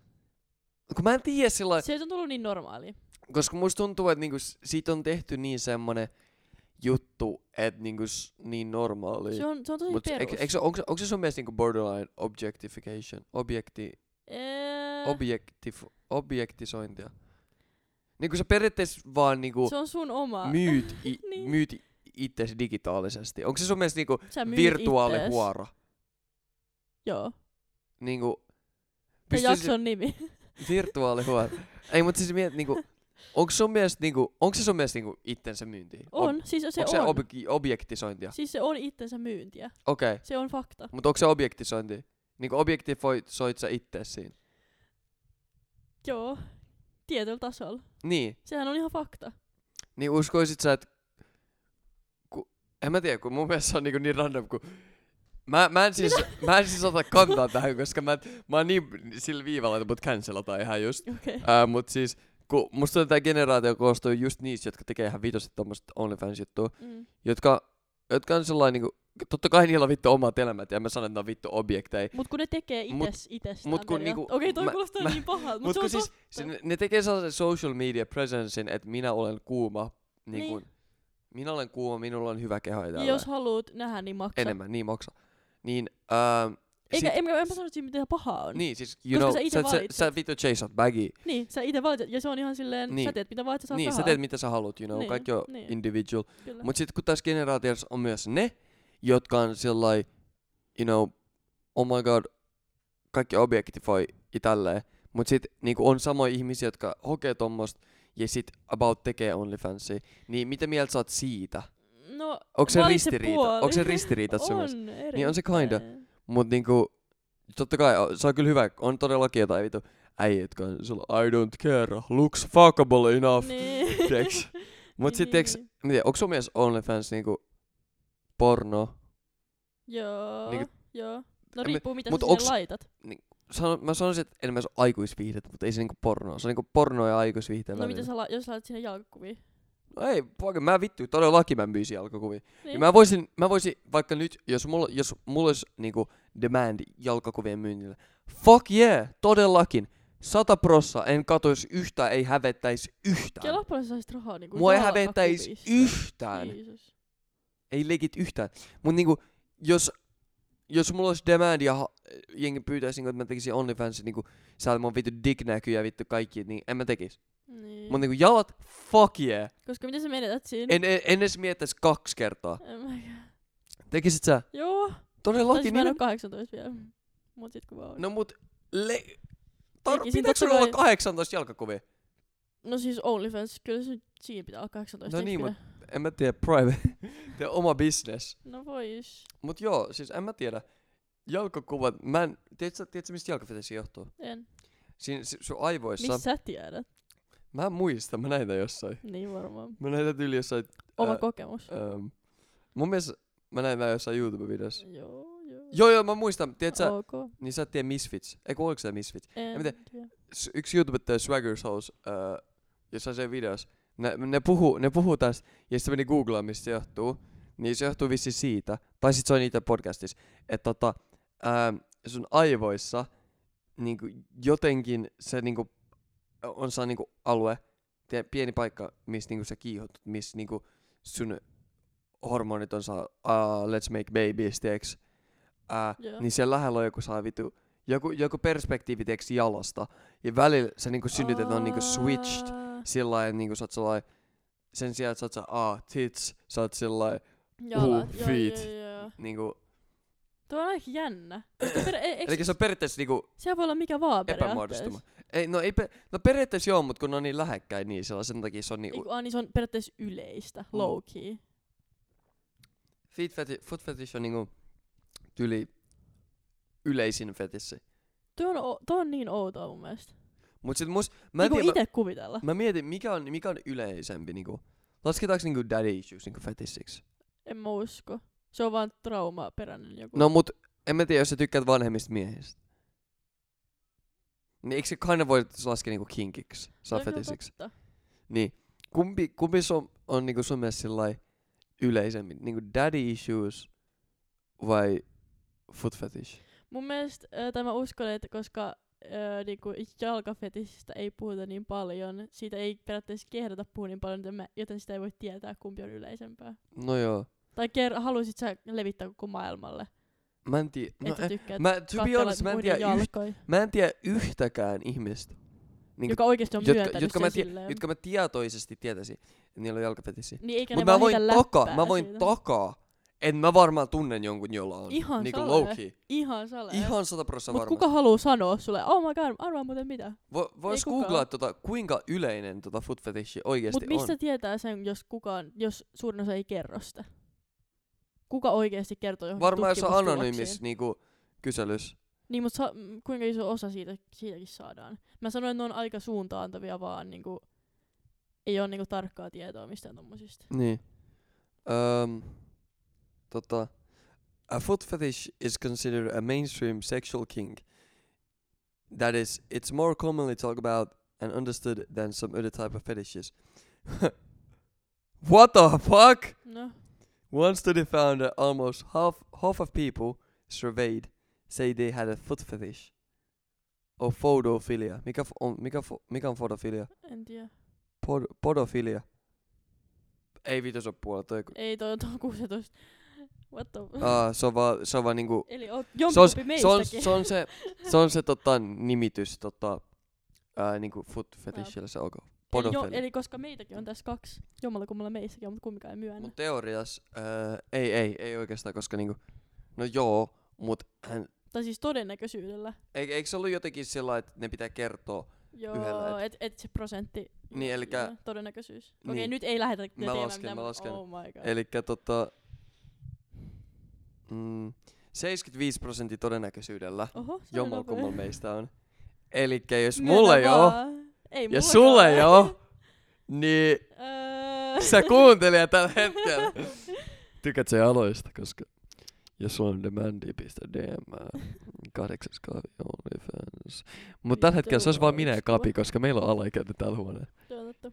Speaker 1: kun mä en tiedä sillä lailla-
Speaker 2: Se on tullut niin normaali.
Speaker 1: koska musta tuntuu, että niinku, s- siitä on tehty niin semmonen juttu, että niinku, s- niin normaali.
Speaker 2: Se on, se on tosi
Speaker 1: Mut
Speaker 2: perus.
Speaker 1: eikö, eikö, se- onko, se- onko se sun mielestä niinku borderline objectification? Objekti,
Speaker 2: Ee,
Speaker 1: objektif, objektisointia. Niinku sä periaatteessa vaan niinku
Speaker 2: Se on sun oma.
Speaker 1: myyt, i,
Speaker 2: Niin.
Speaker 1: myyt itsesi digitaalisesti. Onko se sun mielestä niinku
Speaker 2: Sä myyt ittees.
Speaker 1: virtuaalihuora?
Speaker 2: Joo.
Speaker 1: Niinku,
Speaker 2: Se
Speaker 1: pystyisit-
Speaker 2: jakson nimi.
Speaker 1: Virtuaalihuone. Ei, mutta siis miet, niinku, onko sun mielestä, niinku, onko se sun mielestä niinku itsensä myynti?
Speaker 2: On, siis se
Speaker 1: onko
Speaker 2: on.
Speaker 1: se ob- objektisointia?
Speaker 2: Siis se on itsensä myyntiä.
Speaker 1: Okei, okay.
Speaker 2: Se on fakta.
Speaker 1: mutta onko se objektisointi? Niinku objektifoit sä ittees siinä?
Speaker 2: Joo. Tietyllä tasolla.
Speaker 1: Niin,
Speaker 2: Sehän on ihan fakta.
Speaker 1: niin uskoisit sä, että... Ku, en mä tiedä, kun mun mielestä se on niinku niin random, kun... Mä, mä, en siis, mä en siis ota kantaa tähän, koska mä, mä oon niin sillä viivalla, että mut cancelataan ihan just.
Speaker 2: Okei. Okay.
Speaker 1: Ää, mut siis, kun musta tämä generaatio koostuu just niistä, jotka tekee ihan vitosti tommoset OnlyFans-juttua,
Speaker 2: Mm.
Speaker 1: jotka, jotka on sellainen niinku, totta kai niillä on vittu omat elämät ja mä sanon, että ne on vittu objekteja.
Speaker 2: Mut kun ne tekee
Speaker 1: Mut-
Speaker 2: ites, itsestään.
Speaker 1: mut kun
Speaker 2: periaat-
Speaker 1: niinku-
Speaker 2: Okei, toi
Speaker 1: mä-
Speaker 2: kuulostaa
Speaker 1: mä-
Speaker 2: niin pahalta, mut,
Speaker 1: Mutta
Speaker 2: se on
Speaker 1: kun siis se, ne- ne tekee sellaisen social media presencein, että minä olen kuuma, niin,
Speaker 2: Niin.
Speaker 1: niin. Kun, minä olen kuuma, minulla on hyvä keho ja
Speaker 2: totta. Ja
Speaker 1: tällä
Speaker 2: jos haluat nähdä, niin maksa.
Speaker 1: enemmän, niin maksa. Niin, ähm,
Speaker 2: Eikä,
Speaker 1: sit-
Speaker 2: en, en mä sano, että siinä mitään pahaa on.
Speaker 1: niin siis, you
Speaker 2: koska
Speaker 1: know,
Speaker 2: sä
Speaker 1: sä,
Speaker 2: itse
Speaker 1: sä, sä vittu chaseat bagia.
Speaker 2: Niin, sä itse valitset, ja se on ihan silleen, niin. sä
Speaker 1: Niin.
Speaker 2: teet mitä vaan, että sä saat
Speaker 1: Niin,
Speaker 2: rahaa.
Speaker 1: sä teet mitä sä haluat, you know,
Speaker 2: Niin,
Speaker 1: niin, kaikki on
Speaker 2: niin.
Speaker 1: niin. individual.
Speaker 2: Kyllä.
Speaker 1: Mut sit kun tässä generaatiossa on myös ne, jotka on sellai, you know, oh my god, kaikki objektifoi ja tälleen. Mut sit niinku on samoja ihmisiä, jotka hokee tommosta ja sit about tekee OnlyFansia. Niin mitä mieltä sä oot siitä?
Speaker 2: no,
Speaker 1: Onko se
Speaker 2: valitse
Speaker 1: ristiriita?
Speaker 2: puoli.
Speaker 1: Onko se ristiriita sun mielestä?
Speaker 2: on,
Speaker 1: Niin on se kinda.
Speaker 2: erittäin.
Speaker 1: Mut niinku, totta kai o- se on kyllä hyvä, on todellakin jotain vitu äijä, jotka on sulla I don't care, looks fuckable enough.
Speaker 2: Niin.
Speaker 1: tiiäks? Mut sit
Speaker 2: Niin,
Speaker 1: tiiäks,
Speaker 2: niin.
Speaker 1: mä tiedän, onks sun mielestä OnlyFans niinku porno?
Speaker 2: Joo,
Speaker 1: niinku-
Speaker 2: joo. No
Speaker 1: En mä-
Speaker 2: riippuu mitä
Speaker 1: mut
Speaker 2: sä onks...
Speaker 1: onks-
Speaker 2: laitat.
Speaker 1: sanon, mä sanoisin, että enemmän se on aikuisviihdettä, mutta ei se niinku pornoa. Se on niinku porno ja aikuisviihteen
Speaker 2: No
Speaker 1: välillä.
Speaker 2: mitä sä la- jos laitat sinne jalkakuvia. Niin.
Speaker 1: No ei, vaikka mä vittu, todellakin mä myisin jalkakuvia.
Speaker 2: Niin.
Speaker 1: Ja mä voisin, mä voisin vaikka nyt, jos mulla, jos mulla olisi niinku demand jalkakuvien myynnillä. Fuck yeah, todellakin. Sata prossa, en katoisi yhtään, ei hävettäisi yhtään.
Speaker 2: Kela paljon sä saisit rahaa niinku
Speaker 1: Mua ei
Speaker 2: jalkakuvista.
Speaker 1: hävettäisi yhtään.
Speaker 2: Jeesus.
Speaker 1: Ei legit yhtään. Mut niinku, jos, jos mulla olisi demand ja ha- jengi pyytäisi, niinku, että mä tekisin OnlyFans, niinku, sä mun vittu dick näkyjä vittu kaikki, niin en mä tekis.
Speaker 2: Niin.
Speaker 1: Mut niinku jalat, fuck yeah.
Speaker 2: Koska miten sä menetät siinä?
Speaker 1: En, en, en edes miettis kaksi kertaa.
Speaker 2: En mä...
Speaker 1: Tekisit sä?
Speaker 2: Joo. Tai
Speaker 1: Todellakin
Speaker 2: siis mä en oo
Speaker 1: niin.
Speaker 2: 18 vielä. Mut sit kun mä oon.
Speaker 1: No mut, le... Tar...
Speaker 2: Tekisin
Speaker 1: Pitääkö
Speaker 2: totta
Speaker 1: sulla olla
Speaker 2: kai.
Speaker 1: 18 jalkakuvia?
Speaker 2: No siis OnlyFans, kyllä se siinä pitää olla 18.
Speaker 1: No
Speaker 2: eikö
Speaker 1: niin,
Speaker 2: pidä?
Speaker 1: mut en mä tiedä, private. Tee oma business.
Speaker 2: No vois.
Speaker 1: Mut joo, siis en mä tiedä. Jalkakuvat, mä en... Tiedätkö, tiedätkö mistä jalkafetesi johtuu?
Speaker 2: En.
Speaker 1: Siinä si- sun aivoissa...
Speaker 2: Missä sä tiedät?
Speaker 1: Mä en muista, mä näitä jossain.
Speaker 2: Niin varmaan.
Speaker 1: Mä näitä tyyli jossain...
Speaker 2: Oma
Speaker 1: Ää,
Speaker 2: kokemus.
Speaker 1: Ähm, mun mielestä mä näin nää jossain YouTube-videossa.
Speaker 2: Joo, joo.
Speaker 1: Joo joo, mä muistan. Tiedätkö, sä-
Speaker 2: Ok.
Speaker 1: niin sä et tiedä Misfits. Ei kun oliko se Misfits?
Speaker 2: En
Speaker 1: miten-
Speaker 2: tiedä.
Speaker 1: s- yksi YouTubettaja Swagger Souls, öö, jossain sen videossa, ne, ne, puhuu, ne puhuu tästä, ja sitten meni googlaa, mistä se johtuu. Niin se johtuu vissi siitä, tai sitten se on niitä podcastissa, että tota, öö, sun aivoissa niinku, jotenkin se niinku, on saa niinku, alue, tie, pieni paikka, missä niinku, sä kiihotut, missä niinku, sun hormonit on saa, uh, let's make babies, tiiäks. Ää,
Speaker 2: Joo.
Speaker 1: niin siellä lähellä on joku saa vitu, joku, joku perspektiivi tiiäks, jalasta. Ja välillä sä niinku synnyt, että ne on niinku switched.
Speaker 2: Aa,
Speaker 1: Sillä lailla, että niinku sä oot sellain, sen sijaan, että sä oot sä, ah, tits, sä oot sellain,
Speaker 2: Jalat,
Speaker 1: Ooh,
Speaker 2: joo,
Speaker 1: feet.
Speaker 2: joo, joo.
Speaker 1: niinku.
Speaker 2: Tuo on aika jännä. Koska per, e,
Speaker 1: Eli se on periaatteessa niinku
Speaker 2: se voi olla mikä vaan
Speaker 1: epämuodostuma.
Speaker 2: periaatteessa.
Speaker 1: Ei, no, ei pe- no periaatteessa joo, mut kun ne on niin lähekkäin, niin sellaisen sen takia se on
Speaker 2: Niin,
Speaker 1: niinku,
Speaker 2: niin se on periaatteessa yleistä,
Speaker 1: Mm.
Speaker 2: low key.
Speaker 1: feet fetish, foot fetish on niinku tyli yleisin fetissi.
Speaker 2: Tuo on, o- tuo on niin outoa mun mielestä.
Speaker 1: Mut sit must,
Speaker 2: Mä
Speaker 1: mä en
Speaker 2: niin
Speaker 1: tiedä,
Speaker 2: ite kuvitella.
Speaker 1: mä, mä, mietin, mikä on, mikä on yleisempi niinku. Lasketaanko niinku daddy issues niinku fetissiksi?
Speaker 2: En mä usko. Se on vaan traumaperäinen joku.
Speaker 1: No mut, en mä tiedä, jos sä tykkäät vanhemmista miehistä. Niin eikö se kind of voi laskea niinku kinkiksi,
Speaker 2: Toi on No kyllä
Speaker 1: safetisiksi?
Speaker 2: totta.
Speaker 1: Niin, kumpi, kumpi sun, on niinku sun mielestä sillai yleisemmin? Niinku daddy issues vai foot fetish?
Speaker 2: Mun mielestä, äh, tai mä uskon, että koska äh, niinku jalkafetisistä ei puhuta niin paljon, siitä ei periaatteessa kehdata puhua niin paljon, joten mä- joten sitä ei voi tietää, kumpi on yleisempää.
Speaker 1: No joo,
Speaker 2: Tai ker- haluaisit sä levittää koko maailmalle,
Speaker 1: mä en tiedä.
Speaker 2: no
Speaker 1: No,
Speaker 2: että tykkäät
Speaker 1: mä, to be
Speaker 2: katsella
Speaker 1: honest, mä en, niinku,
Speaker 2: muiden
Speaker 1: tiedä yht,
Speaker 2: jalkoja.
Speaker 1: mä en tiedä yhtäkään ihmistä, niinku,
Speaker 2: joka oikeasti on
Speaker 1: jotka-
Speaker 2: myöntänyt
Speaker 1: jotka
Speaker 2: jotka
Speaker 1: mä
Speaker 2: sen
Speaker 1: tie-
Speaker 2: silleen.
Speaker 1: jotka mä tietoisesti tietäisin, että niillä on jalkafetissi.
Speaker 2: niin eikä
Speaker 1: Mut
Speaker 2: ne
Speaker 1: mä
Speaker 2: vaan
Speaker 1: voin
Speaker 2: heitä
Speaker 1: takaa,
Speaker 2: läppää
Speaker 1: mä voin
Speaker 2: siitä.
Speaker 1: takaa. En mä varmaan tunnen jonkun, jolla on.
Speaker 2: Ihan
Speaker 1: niinku
Speaker 2: sale.
Speaker 1: low key.
Speaker 2: Ihan sale.
Speaker 1: Ihan 100 prosenttia
Speaker 2: Mut
Speaker 1: varmasti.
Speaker 2: kuka haluu sanoa sulle, oh my god, arvaa muuten mitä.
Speaker 1: Vo, vois
Speaker 2: kukaan.
Speaker 1: googlaa, tota, kuinka yleinen tota foot fetishi oikeesti
Speaker 2: Mut mistä
Speaker 1: on.
Speaker 2: tietää sen, jos kukaan, jos suurin osa ei kerro sitä? Kuka oikeasti kertoo johonkin
Speaker 1: Varmaan jos on
Speaker 2: tutkimustuloksiin?
Speaker 1: anonyymis niinku, kyselys.
Speaker 2: Niin, mutta sa- mm, kuinka iso osa siitä, siitäkin saadaan? Mä sanoin, että ne on aika suuntaantavia, vaan niinku, ei ole niinku tarkkaa tietoa mistään tommosista.
Speaker 1: Niin. Um, tota, a foot fetish is considered a mainstream sexual kink. That is, it's more commonly talked about and understood than some other type of fetishes. What the fuck?
Speaker 2: No,
Speaker 1: One study found that almost half half of people surveyed say they had a foot fetish or photofilia. Mikä, f- on, mikä, fo, mikä on photofilia?
Speaker 2: en tiedä.
Speaker 1: Pod, podofilia. Ei viitosen puolella. Toi, ku-
Speaker 2: Ei, toi on toi 16. What the...
Speaker 1: Aa, Ah, se on vaan, se on vaan niinku...
Speaker 2: Eli oot
Speaker 1: Se on,
Speaker 2: jompikumpi
Speaker 1: se on,
Speaker 2: meistäkin.
Speaker 1: se on se, se, on se tota, nimitys tota, ää, niinku foot fetishillä se onko.
Speaker 2: Eli, jo,
Speaker 1: Podofilia.
Speaker 2: eli koska meitäkin on tässä kaksi, jommalla kummalla meistäkin on, mutta kumminkaan ei myönnä.
Speaker 1: Mun teorias, ää, ei, ei, ei oikeastaan, koska niinku, no joo, mut hän,
Speaker 2: Tai siis todennäköisyydellä.
Speaker 1: Eik- Eikö se ollut jotenkin sillä että ne pitää kertoa?
Speaker 2: Joo,
Speaker 1: Yhdellä,
Speaker 2: et, et se prosentti.
Speaker 1: Niin, elikkä-
Speaker 2: joo, Todennäköisyys. Okei,
Speaker 1: Niin.
Speaker 2: nyt ei lähdetä
Speaker 1: Mä
Speaker 2: tekemään
Speaker 1: lasken,
Speaker 2: mitään,
Speaker 1: mä
Speaker 2: mut-
Speaker 1: lasken.
Speaker 2: Oh my god.
Speaker 1: Eli tota, mm, 75 prosentti todennäköisyydellä
Speaker 2: Oho, se oli
Speaker 1: jommal
Speaker 2: nopea.
Speaker 1: kummal meistä on. Eli jos
Speaker 2: Myönnä
Speaker 1: mulla ei oo,
Speaker 2: vaan. Ei
Speaker 1: ja
Speaker 2: mullakaan.
Speaker 1: sulle ei oo, niin
Speaker 2: Öö,
Speaker 1: sä kuuntelija tällä hetkellä. Tykät sä aloista, koska jos sulla on demandia, pistä DM. Kahdeksas kaavi OnlyFans. Mutta tällä hetkellä se olisi vaan minä ja Kapi, koska meillä on alaikäinen täällä huoneella.
Speaker 2: Joo, totta.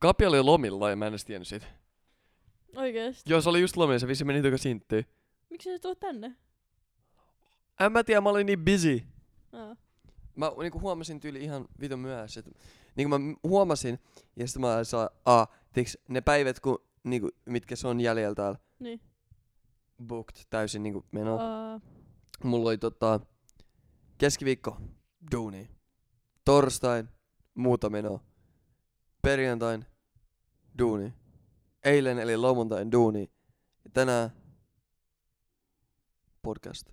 Speaker 1: Kapi oli lomilla ja mä en edes tiennyt siitä.
Speaker 2: Oikeesti.
Speaker 1: Joo, se oli just lomilla, se vissi meni toka sinttiin.
Speaker 2: Miksi sä tuot tänne?
Speaker 1: En mä tiedä, mä olin niin busy.
Speaker 2: Aa.
Speaker 1: Mä niinku huomasin tyyli ihan vitun myöhässä. että- Niinku mä huomasin, ja sitten mä saa, a, tiiäks, ne päivät, kun, niinku, mitkä se on jäljellä täällä.
Speaker 2: Niin.
Speaker 1: Booked täysin niinku meno.
Speaker 2: Aa,
Speaker 1: Mulla oli tota, keskiviikko, duuni. Torstain, muuta menoa. Perjantain, duuni. Eilen eli lauantain duuni. Ja tänään, podcast.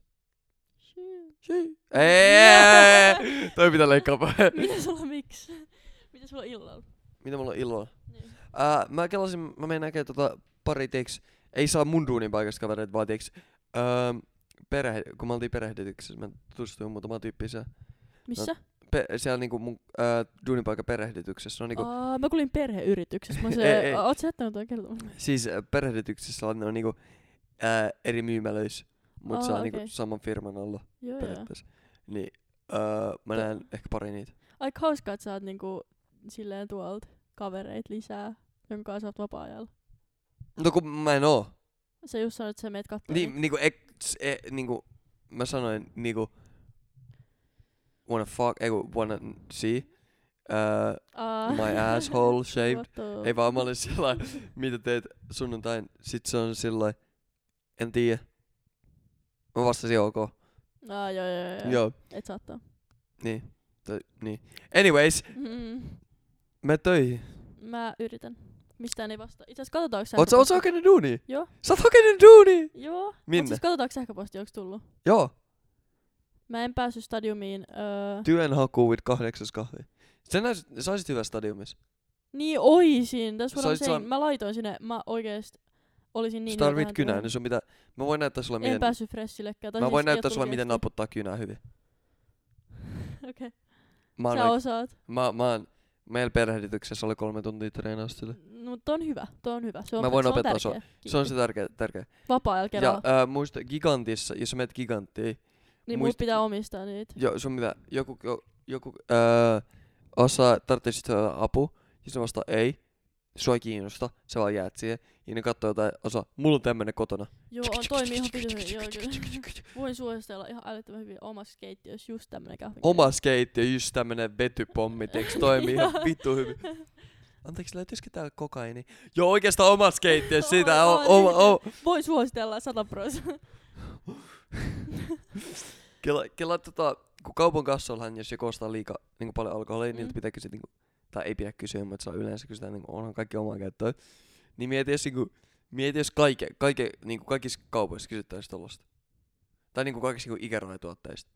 Speaker 2: shit.
Speaker 1: Ei, toi pitää leikkaa.
Speaker 2: Mitä sulla miksi? Mitä sulla illalla?
Speaker 1: Mitä mulla on iloa?
Speaker 2: Niin.
Speaker 1: Ää, mä kelasin, mä menen näkemään tota pari, tiiäks, ei saa mun duunin paikasta kavereita, vaan tiiäks, öö, perhe, kun me oltiin perehdytyksessä, mä tutustuin muutamaan tyyppiin siellä,
Speaker 2: Missä?
Speaker 1: pe, siellä niinku mun öö, duunin paikan perehdytyksessä, se on niinku,
Speaker 2: Aa, mä kuulin perheyrityksessä. Mä
Speaker 1: Ei, ei.
Speaker 2: se, oot sä jättänyt tuon kertomaan?
Speaker 1: siis ö, perehdytyksessä on, ne on niinku öö, eri myymälöissä, mut
Speaker 2: Aa,
Speaker 1: saa niinku
Speaker 2: Oh, okei.
Speaker 1: saman firman alla
Speaker 2: Joo, joo.
Speaker 1: periaatteessa. Niin, öö, mä
Speaker 2: Tö-
Speaker 1: näen ehkä pari niitä.
Speaker 2: Aika hauskaa, että sä oot niinku silleen tuolta kavereit lisää, jonka kanssa sä oot vapaa-ajalla.
Speaker 1: No kun mä en oo.
Speaker 2: Sä just sanoit, että sä meet kattoon.
Speaker 1: Niin, niinku, ek, s- e, niinku, mä sanoin, niinku, wanna fuck, ei kun wanna see, uh,
Speaker 2: Aa.
Speaker 1: my asshole shaved.
Speaker 2: Ah. What the-
Speaker 1: ei vaan, mä olin sillä mitä teet sunnuntain, sit se on sillä en tiedä. Mä vastasin ok.
Speaker 2: Aa, joo, joo, joo, joo.
Speaker 1: Joo,
Speaker 2: Et saattaa.
Speaker 1: niin. Tai, niin. Anyways,
Speaker 2: Mm,
Speaker 1: mä töihin.
Speaker 2: mä yritän. Mistään ei vastaa. Itse asiassa katsotaanko
Speaker 1: Oot sä, oot sä
Speaker 2: sähköposti-
Speaker 1: hakenut duuni?
Speaker 2: Joo.
Speaker 1: Sä oot hakenut duuni?
Speaker 2: Joo.
Speaker 1: Minne?
Speaker 2: Mut siis katsotaanko sähköposti, onks tullut?
Speaker 1: Joo.
Speaker 2: Mä en päässyt stadiumiin. Öö,
Speaker 1: Työnhaku with kahdeksas kahvi. Sä näisit, saisit hyvä stadiumissa.
Speaker 2: niin oisin. Tässä
Speaker 1: Sä
Speaker 2: voidaan
Speaker 1: olit
Speaker 2: sein.
Speaker 1: sellainen-
Speaker 2: Mä laitoin sinne. Mä oikeesti olisin
Speaker 1: Niin,
Speaker 2: niin...
Speaker 1: Sä tarvit
Speaker 2: hyvä tähän
Speaker 1: kynää,
Speaker 2: työhön.
Speaker 1: niin sun pitää... Mä voin näyttää sulle,
Speaker 2: En
Speaker 1: miten
Speaker 2: päässyt freshillekään. Tai
Speaker 1: Mä
Speaker 2: siis
Speaker 1: voin
Speaker 2: ei oo
Speaker 1: näyttää
Speaker 2: tullut
Speaker 1: sulle, miten
Speaker 2: viestiä.
Speaker 1: naputtaa kynää hyvin.
Speaker 2: Okei.
Speaker 1: Mä oon,
Speaker 2: Sä
Speaker 1: ois...
Speaker 2: osaat.
Speaker 1: mä, mä oon, meillä perehdytyksessä oli kolme tuntia treenausta sille.
Speaker 2: No, mutta on hyvä, tuo on hyvä. Se on,
Speaker 1: Mä voin
Speaker 2: se on
Speaker 1: opettaa
Speaker 2: tärkeä.
Speaker 1: sua.
Speaker 2: Kiitti.
Speaker 1: Se on se tärkeä. tärkeä.
Speaker 2: Vapaa-ajalla kerralla.
Speaker 1: Ja ää, muista gigantissa, jos sä menet giganttiin,
Speaker 2: niin
Speaker 1: muist-
Speaker 2: muist... pitää omistaa niitä.
Speaker 1: jo, sun mitä, joku, jo, joku ää, osaa, tarvitsit apu, ja sä vastaa ei, sua ei kiinnosta, sä vaan jäät siihen, ja ne katsoo jotain osaa, mulla on tämmönen kotona.
Speaker 2: Joo, on toimii ihan pitäisi. Joo, kyllä. Voin suositella ihan älyttömän hyvin omassa keittiössä just tämmönen kahvi.
Speaker 1: Oma skeittiö, just tämmönen vetypommi, teks toimii ihan vittu hyvin. Anteeksi, löytyisikö täällä kokaini? Joo, oikeastaan oma skeittiö, sitä on,
Speaker 2: Oon,
Speaker 1: oma,
Speaker 2: niin.
Speaker 1: oma,
Speaker 2: Voin suositella 100 pros.
Speaker 1: Kela, kela tota, kun kaupan kassallahan, jos joku ostaa liikaa niin kuin paljon alkoholia, mm. niiltä
Speaker 2: Mm.
Speaker 1: pitää kysyä, niin kuin, tai ei pidä kysyä, mutta se on yleensä kysytään, niin kuin, onhan kaikki omaa käyttöä. Niin mieti, jos, niin kuin, mieti, jos kaikke, kaikke, niin kuin kaikissa kaupoissa kysyttäisiin tollasta. Tai niin kuin kaikissa niin kuin ikärajoituotteista.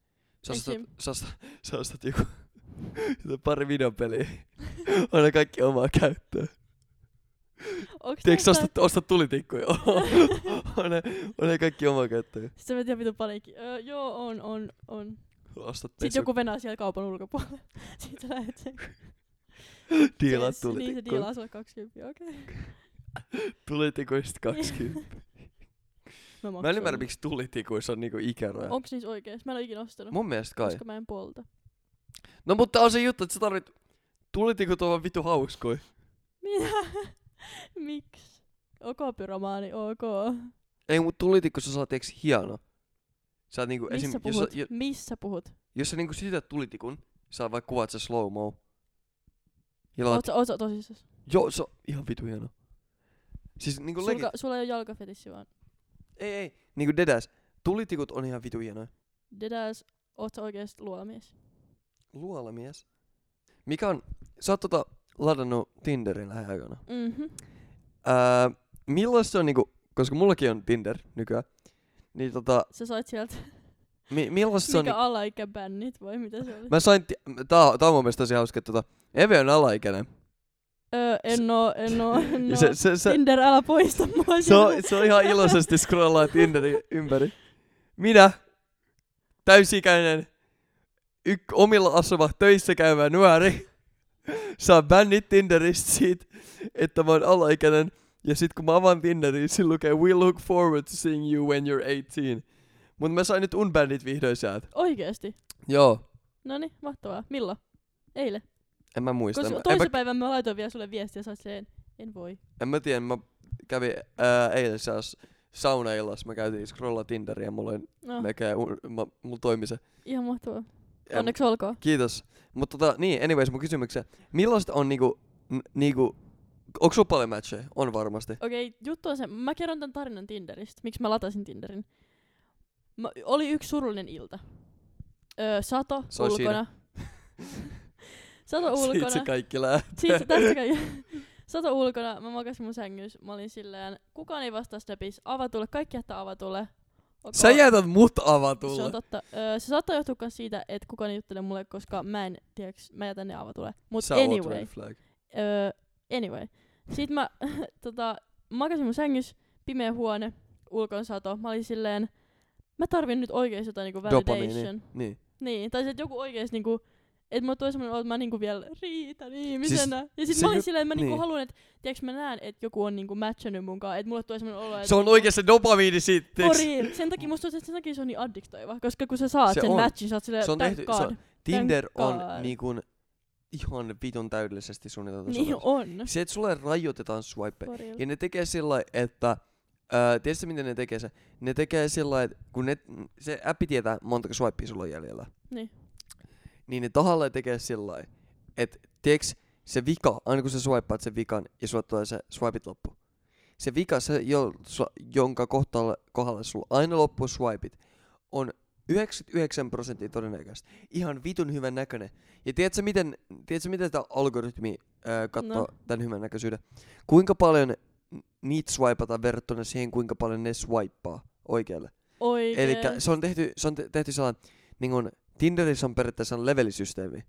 Speaker 1: Sä ostat,
Speaker 2: Esim.
Speaker 1: sä ostat, sä ostat joku jotain pari videopeliä. on ne kaikki omaa käyttöä.
Speaker 2: Onks
Speaker 1: Tiedätkö, sä
Speaker 2: tää-
Speaker 1: ostat, ostat tulitikkuja. on, ne, on ne kaikki omaa käyttöä.
Speaker 2: Sitten mä tiedän vitu paniikki. Öö, joo, on, on, on.
Speaker 1: Ostat
Speaker 2: Sitten joku venää siellä kaupan ulkopuolella. Sitten lähet sen.
Speaker 1: diilaat
Speaker 2: Yes, Niin se
Speaker 1: tulitikkuja.
Speaker 2: diilaa sulle 20, okei. Okay.
Speaker 1: Tulitikuista 20. Mä
Speaker 2: Mä, maksan.
Speaker 1: en ymmärrä, miksi tulitikuissa on niinku ikäraja.
Speaker 2: Onks niissä oikeesti? Mä en ole ikinä ostanut.
Speaker 1: Mun mielestä kai.
Speaker 2: Koska mä en polta.
Speaker 1: No mutta on se juttu, että sä tarvit... Tulitikut ovat vitu hauskoja.
Speaker 2: Mitä? Miksi? Ok, pyromaani, ok.
Speaker 1: Ei, mut tulitikku sä saat tiiäks hieno. Sä oot niinku
Speaker 2: Missä
Speaker 1: esim... Jos,
Speaker 2: puhut?
Speaker 1: sä- jo-
Speaker 2: Missä puhut?
Speaker 1: jos sä niinku sytytät tulitikun, sä vaikka kuvat se slow mo. Ja laitat-
Speaker 2: Oot sä- Oot sä tosissaan?
Speaker 1: Joo, se on ihan vitu hieno. Siis niinku legit...
Speaker 2: Sulka, sulla ei ole jalkafetissi vaan.
Speaker 1: Ei, ei. Niinku dedas. Tulitikut on ihan vitu hienoja.
Speaker 2: Dedäs, oot sä oikeesti luolamies?
Speaker 1: Luolamies. Mikä on... Sä oot tota ladannut Tinderin lähiaikana.
Speaker 2: Mhm.
Speaker 1: Ää, millaista se on niinku, koska mullakin on Tinder nykyään, niin tota,
Speaker 2: Sä sait sieltä
Speaker 1: mi- millaista se on
Speaker 2: mikä
Speaker 1: niinku,
Speaker 2: alaikäbännit vai mitä se oli?
Speaker 1: Mä sain, ti- tää, on- tää on mun mielestä tosi hauska, että tota, Eve on alaikäinen.
Speaker 2: Öö, en oo, en oo, en
Speaker 1: Ja
Speaker 2: oo.
Speaker 1: Se, se, se,
Speaker 2: Tinder, älä poista mua
Speaker 1: se, on,
Speaker 2: sieltä.
Speaker 1: se on ihan iloisesti scrollaa Tinderin ympäri. Minä, täysikäinen, yk, omilla asuva, töissä käyvä nuori, saa bännit Tinderistä siitä, että mä oon alaikäinen. Ja sit kun mä avaan Tinderin, siinä lukee We look forward to seeing you when you're 18. Mut mä sain nyt unbännit vihdoin sieltä.
Speaker 2: Oikeesti?
Speaker 1: Joo.
Speaker 2: Noni, mahtavaa. Milloin? Eilen.
Speaker 1: En mä muista. En mä-
Speaker 2: Koska
Speaker 1: en, mä,
Speaker 2: toisen päivän mä laitoin vielä sulle viestiä ja sä oot silleen, en voi.
Speaker 1: en mä tiedä, mä kävin ää, eilen seas saunaillassa, mä käytiin scrollaa Tinderia ja mulla, oli
Speaker 2: No,
Speaker 1: melkein, un- mä, mulla toimi se.
Speaker 2: ihan mahtavaa.
Speaker 1: Ja-
Speaker 2: Onneksi olkoon.
Speaker 1: Kiitos. Mutta tota, niin, anyways, mun kysymykseen. Millaista on niinku, n- niinku, onko sulla paljon matcheja? On varmasti.
Speaker 2: Okei, juttu on se, mä kerron tän tarinan Tinderistä, miksi mä latasin Tinderin. Mä, oli yksi surullinen ilta. Öö, sato
Speaker 1: Se on siinä.
Speaker 2: ulkona. sato
Speaker 1: Siitä
Speaker 2: ulkona.
Speaker 1: se kaikki lähtee.
Speaker 2: Siis tästä kai. Sato ulkona, mä makasin mun sängys, mä olin silleen, kukaan ei vastaa snapissa, avatulle, kaikki jättää avatulle. Okay.
Speaker 1: Sä jätät mut
Speaker 2: Se on
Speaker 1: avatulle.
Speaker 2: totta. Öö, se saattaa johtua myös siitä, että kukaan ei juttele mulle, koska mä en, tiiäks, mä jätän ne avatulle. Mut
Speaker 1: Sä oot
Speaker 2: anyway.
Speaker 1: red flag.
Speaker 2: Öö, anyway. Sitten mä tota, makasin mun sängys, pimeä huone, ulkon sato. Mä olin silleen, mä tarvin nyt oikeesti jotain niinku validation.
Speaker 1: Dopamiini. Niin.
Speaker 2: Niin, tai se, että joku oikeesti niinku, että mä oon semmonen, että mä niinku vielä riitän ihmisenä. Siis, ja
Speaker 1: se
Speaker 2: sit mä olin
Speaker 1: ju-
Speaker 2: silleen, että mä niinku
Speaker 1: niin.
Speaker 2: haluan, että tiiäks mä näen, että joku on niinku matchannut munkaan, että mulle tulee semmonen olo, että
Speaker 1: Se on
Speaker 2: niinku-
Speaker 1: oikeesti se dopamiini siitä. tiiäks?
Speaker 2: Poriin. Sen takia musta tuntuu, että sen takia se on niin addiktoiva, koska kun sä saat
Speaker 1: Se
Speaker 2: se sen
Speaker 1: on.
Speaker 2: matchin, sä oot silleen,
Speaker 1: Se on
Speaker 2: thank
Speaker 1: tehty-
Speaker 2: God.
Speaker 1: se on- Tinder
Speaker 2: Thank
Speaker 1: on
Speaker 2: God.
Speaker 1: niinku ihan vitun täydellisesti suunniteltu.
Speaker 2: Niin
Speaker 1: sovellus.
Speaker 2: on.
Speaker 1: Se, että sulle rajoitetaan swipe.
Speaker 2: Porilla.
Speaker 1: Ja ne tekee sillä lailla, että... Ää, tiedätkö miten ne tekee se? Ne tekee sillä lailla, että kun ne, se appi tietää montako swipea sulla on jäljellä.
Speaker 2: Niin.
Speaker 1: Niin ne tahallaan tekee sillä lailla, että tiedätkö se vika, aina kun sä swipeat sen vikan ja sulla tulee se swipeit loppu. Se vika, se, jo, sua, jonka kohtalla, kohdalla sulla aina loppuu swipeit, on 99 prosenttia todennäköistä. Ihan vitun hyvän näköinen. Ja tiedätkö miten, tiedätkö, miten tämä algoritmi ää, katsoo
Speaker 2: No.
Speaker 1: tämän hyvän näköisyyden? Kuinka paljon n- niitä swipataan verrattuna siihen, kuinka paljon ne swipaa oikealle.
Speaker 2: Oikein.
Speaker 1: Eli se on tehty, se on te- tehty sellainen, niin kuin Tinderissä on periaatteessa sellainen levelisysteemi.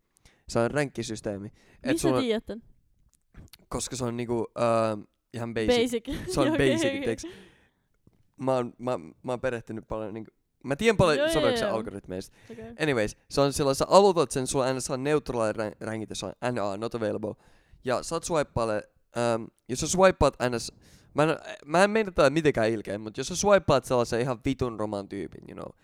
Speaker 1: Se on ränkkisysteemi. Et
Speaker 2: Missä
Speaker 1: sulla,
Speaker 2: sä
Speaker 1: on-
Speaker 2: tiedät tän?
Speaker 1: koska se on niinku, äh, ihan basic.
Speaker 2: Basic.
Speaker 1: Se on
Speaker 2: Okei,
Speaker 1: basic,
Speaker 2: okei.
Speaker 1: tiiäks. Mä oon, mä, mä oon perehtynyt paljon niinku, Mä tiedän paljon
Speaker 2: Joo,
Speaker 1: joo,
Speaker 2: joo,
Speaker 1: sovelluksen
Speaker 2: joo.
Speaker 1: algoritmeista.
Speaker 2: Okei.
Speaker 1: Anyways, se on sillä, sä aloitat sen, sulla aina saa neutraali rä- ränkitä, se on NA, not available. Ja sä oot swipealle, ähm, jos sä swipeat ns, mä en, mä en meinä tää mitenkään ilkeä, mutta jos sä swipeat sellaisen ihan vitun roman tyypin, you know,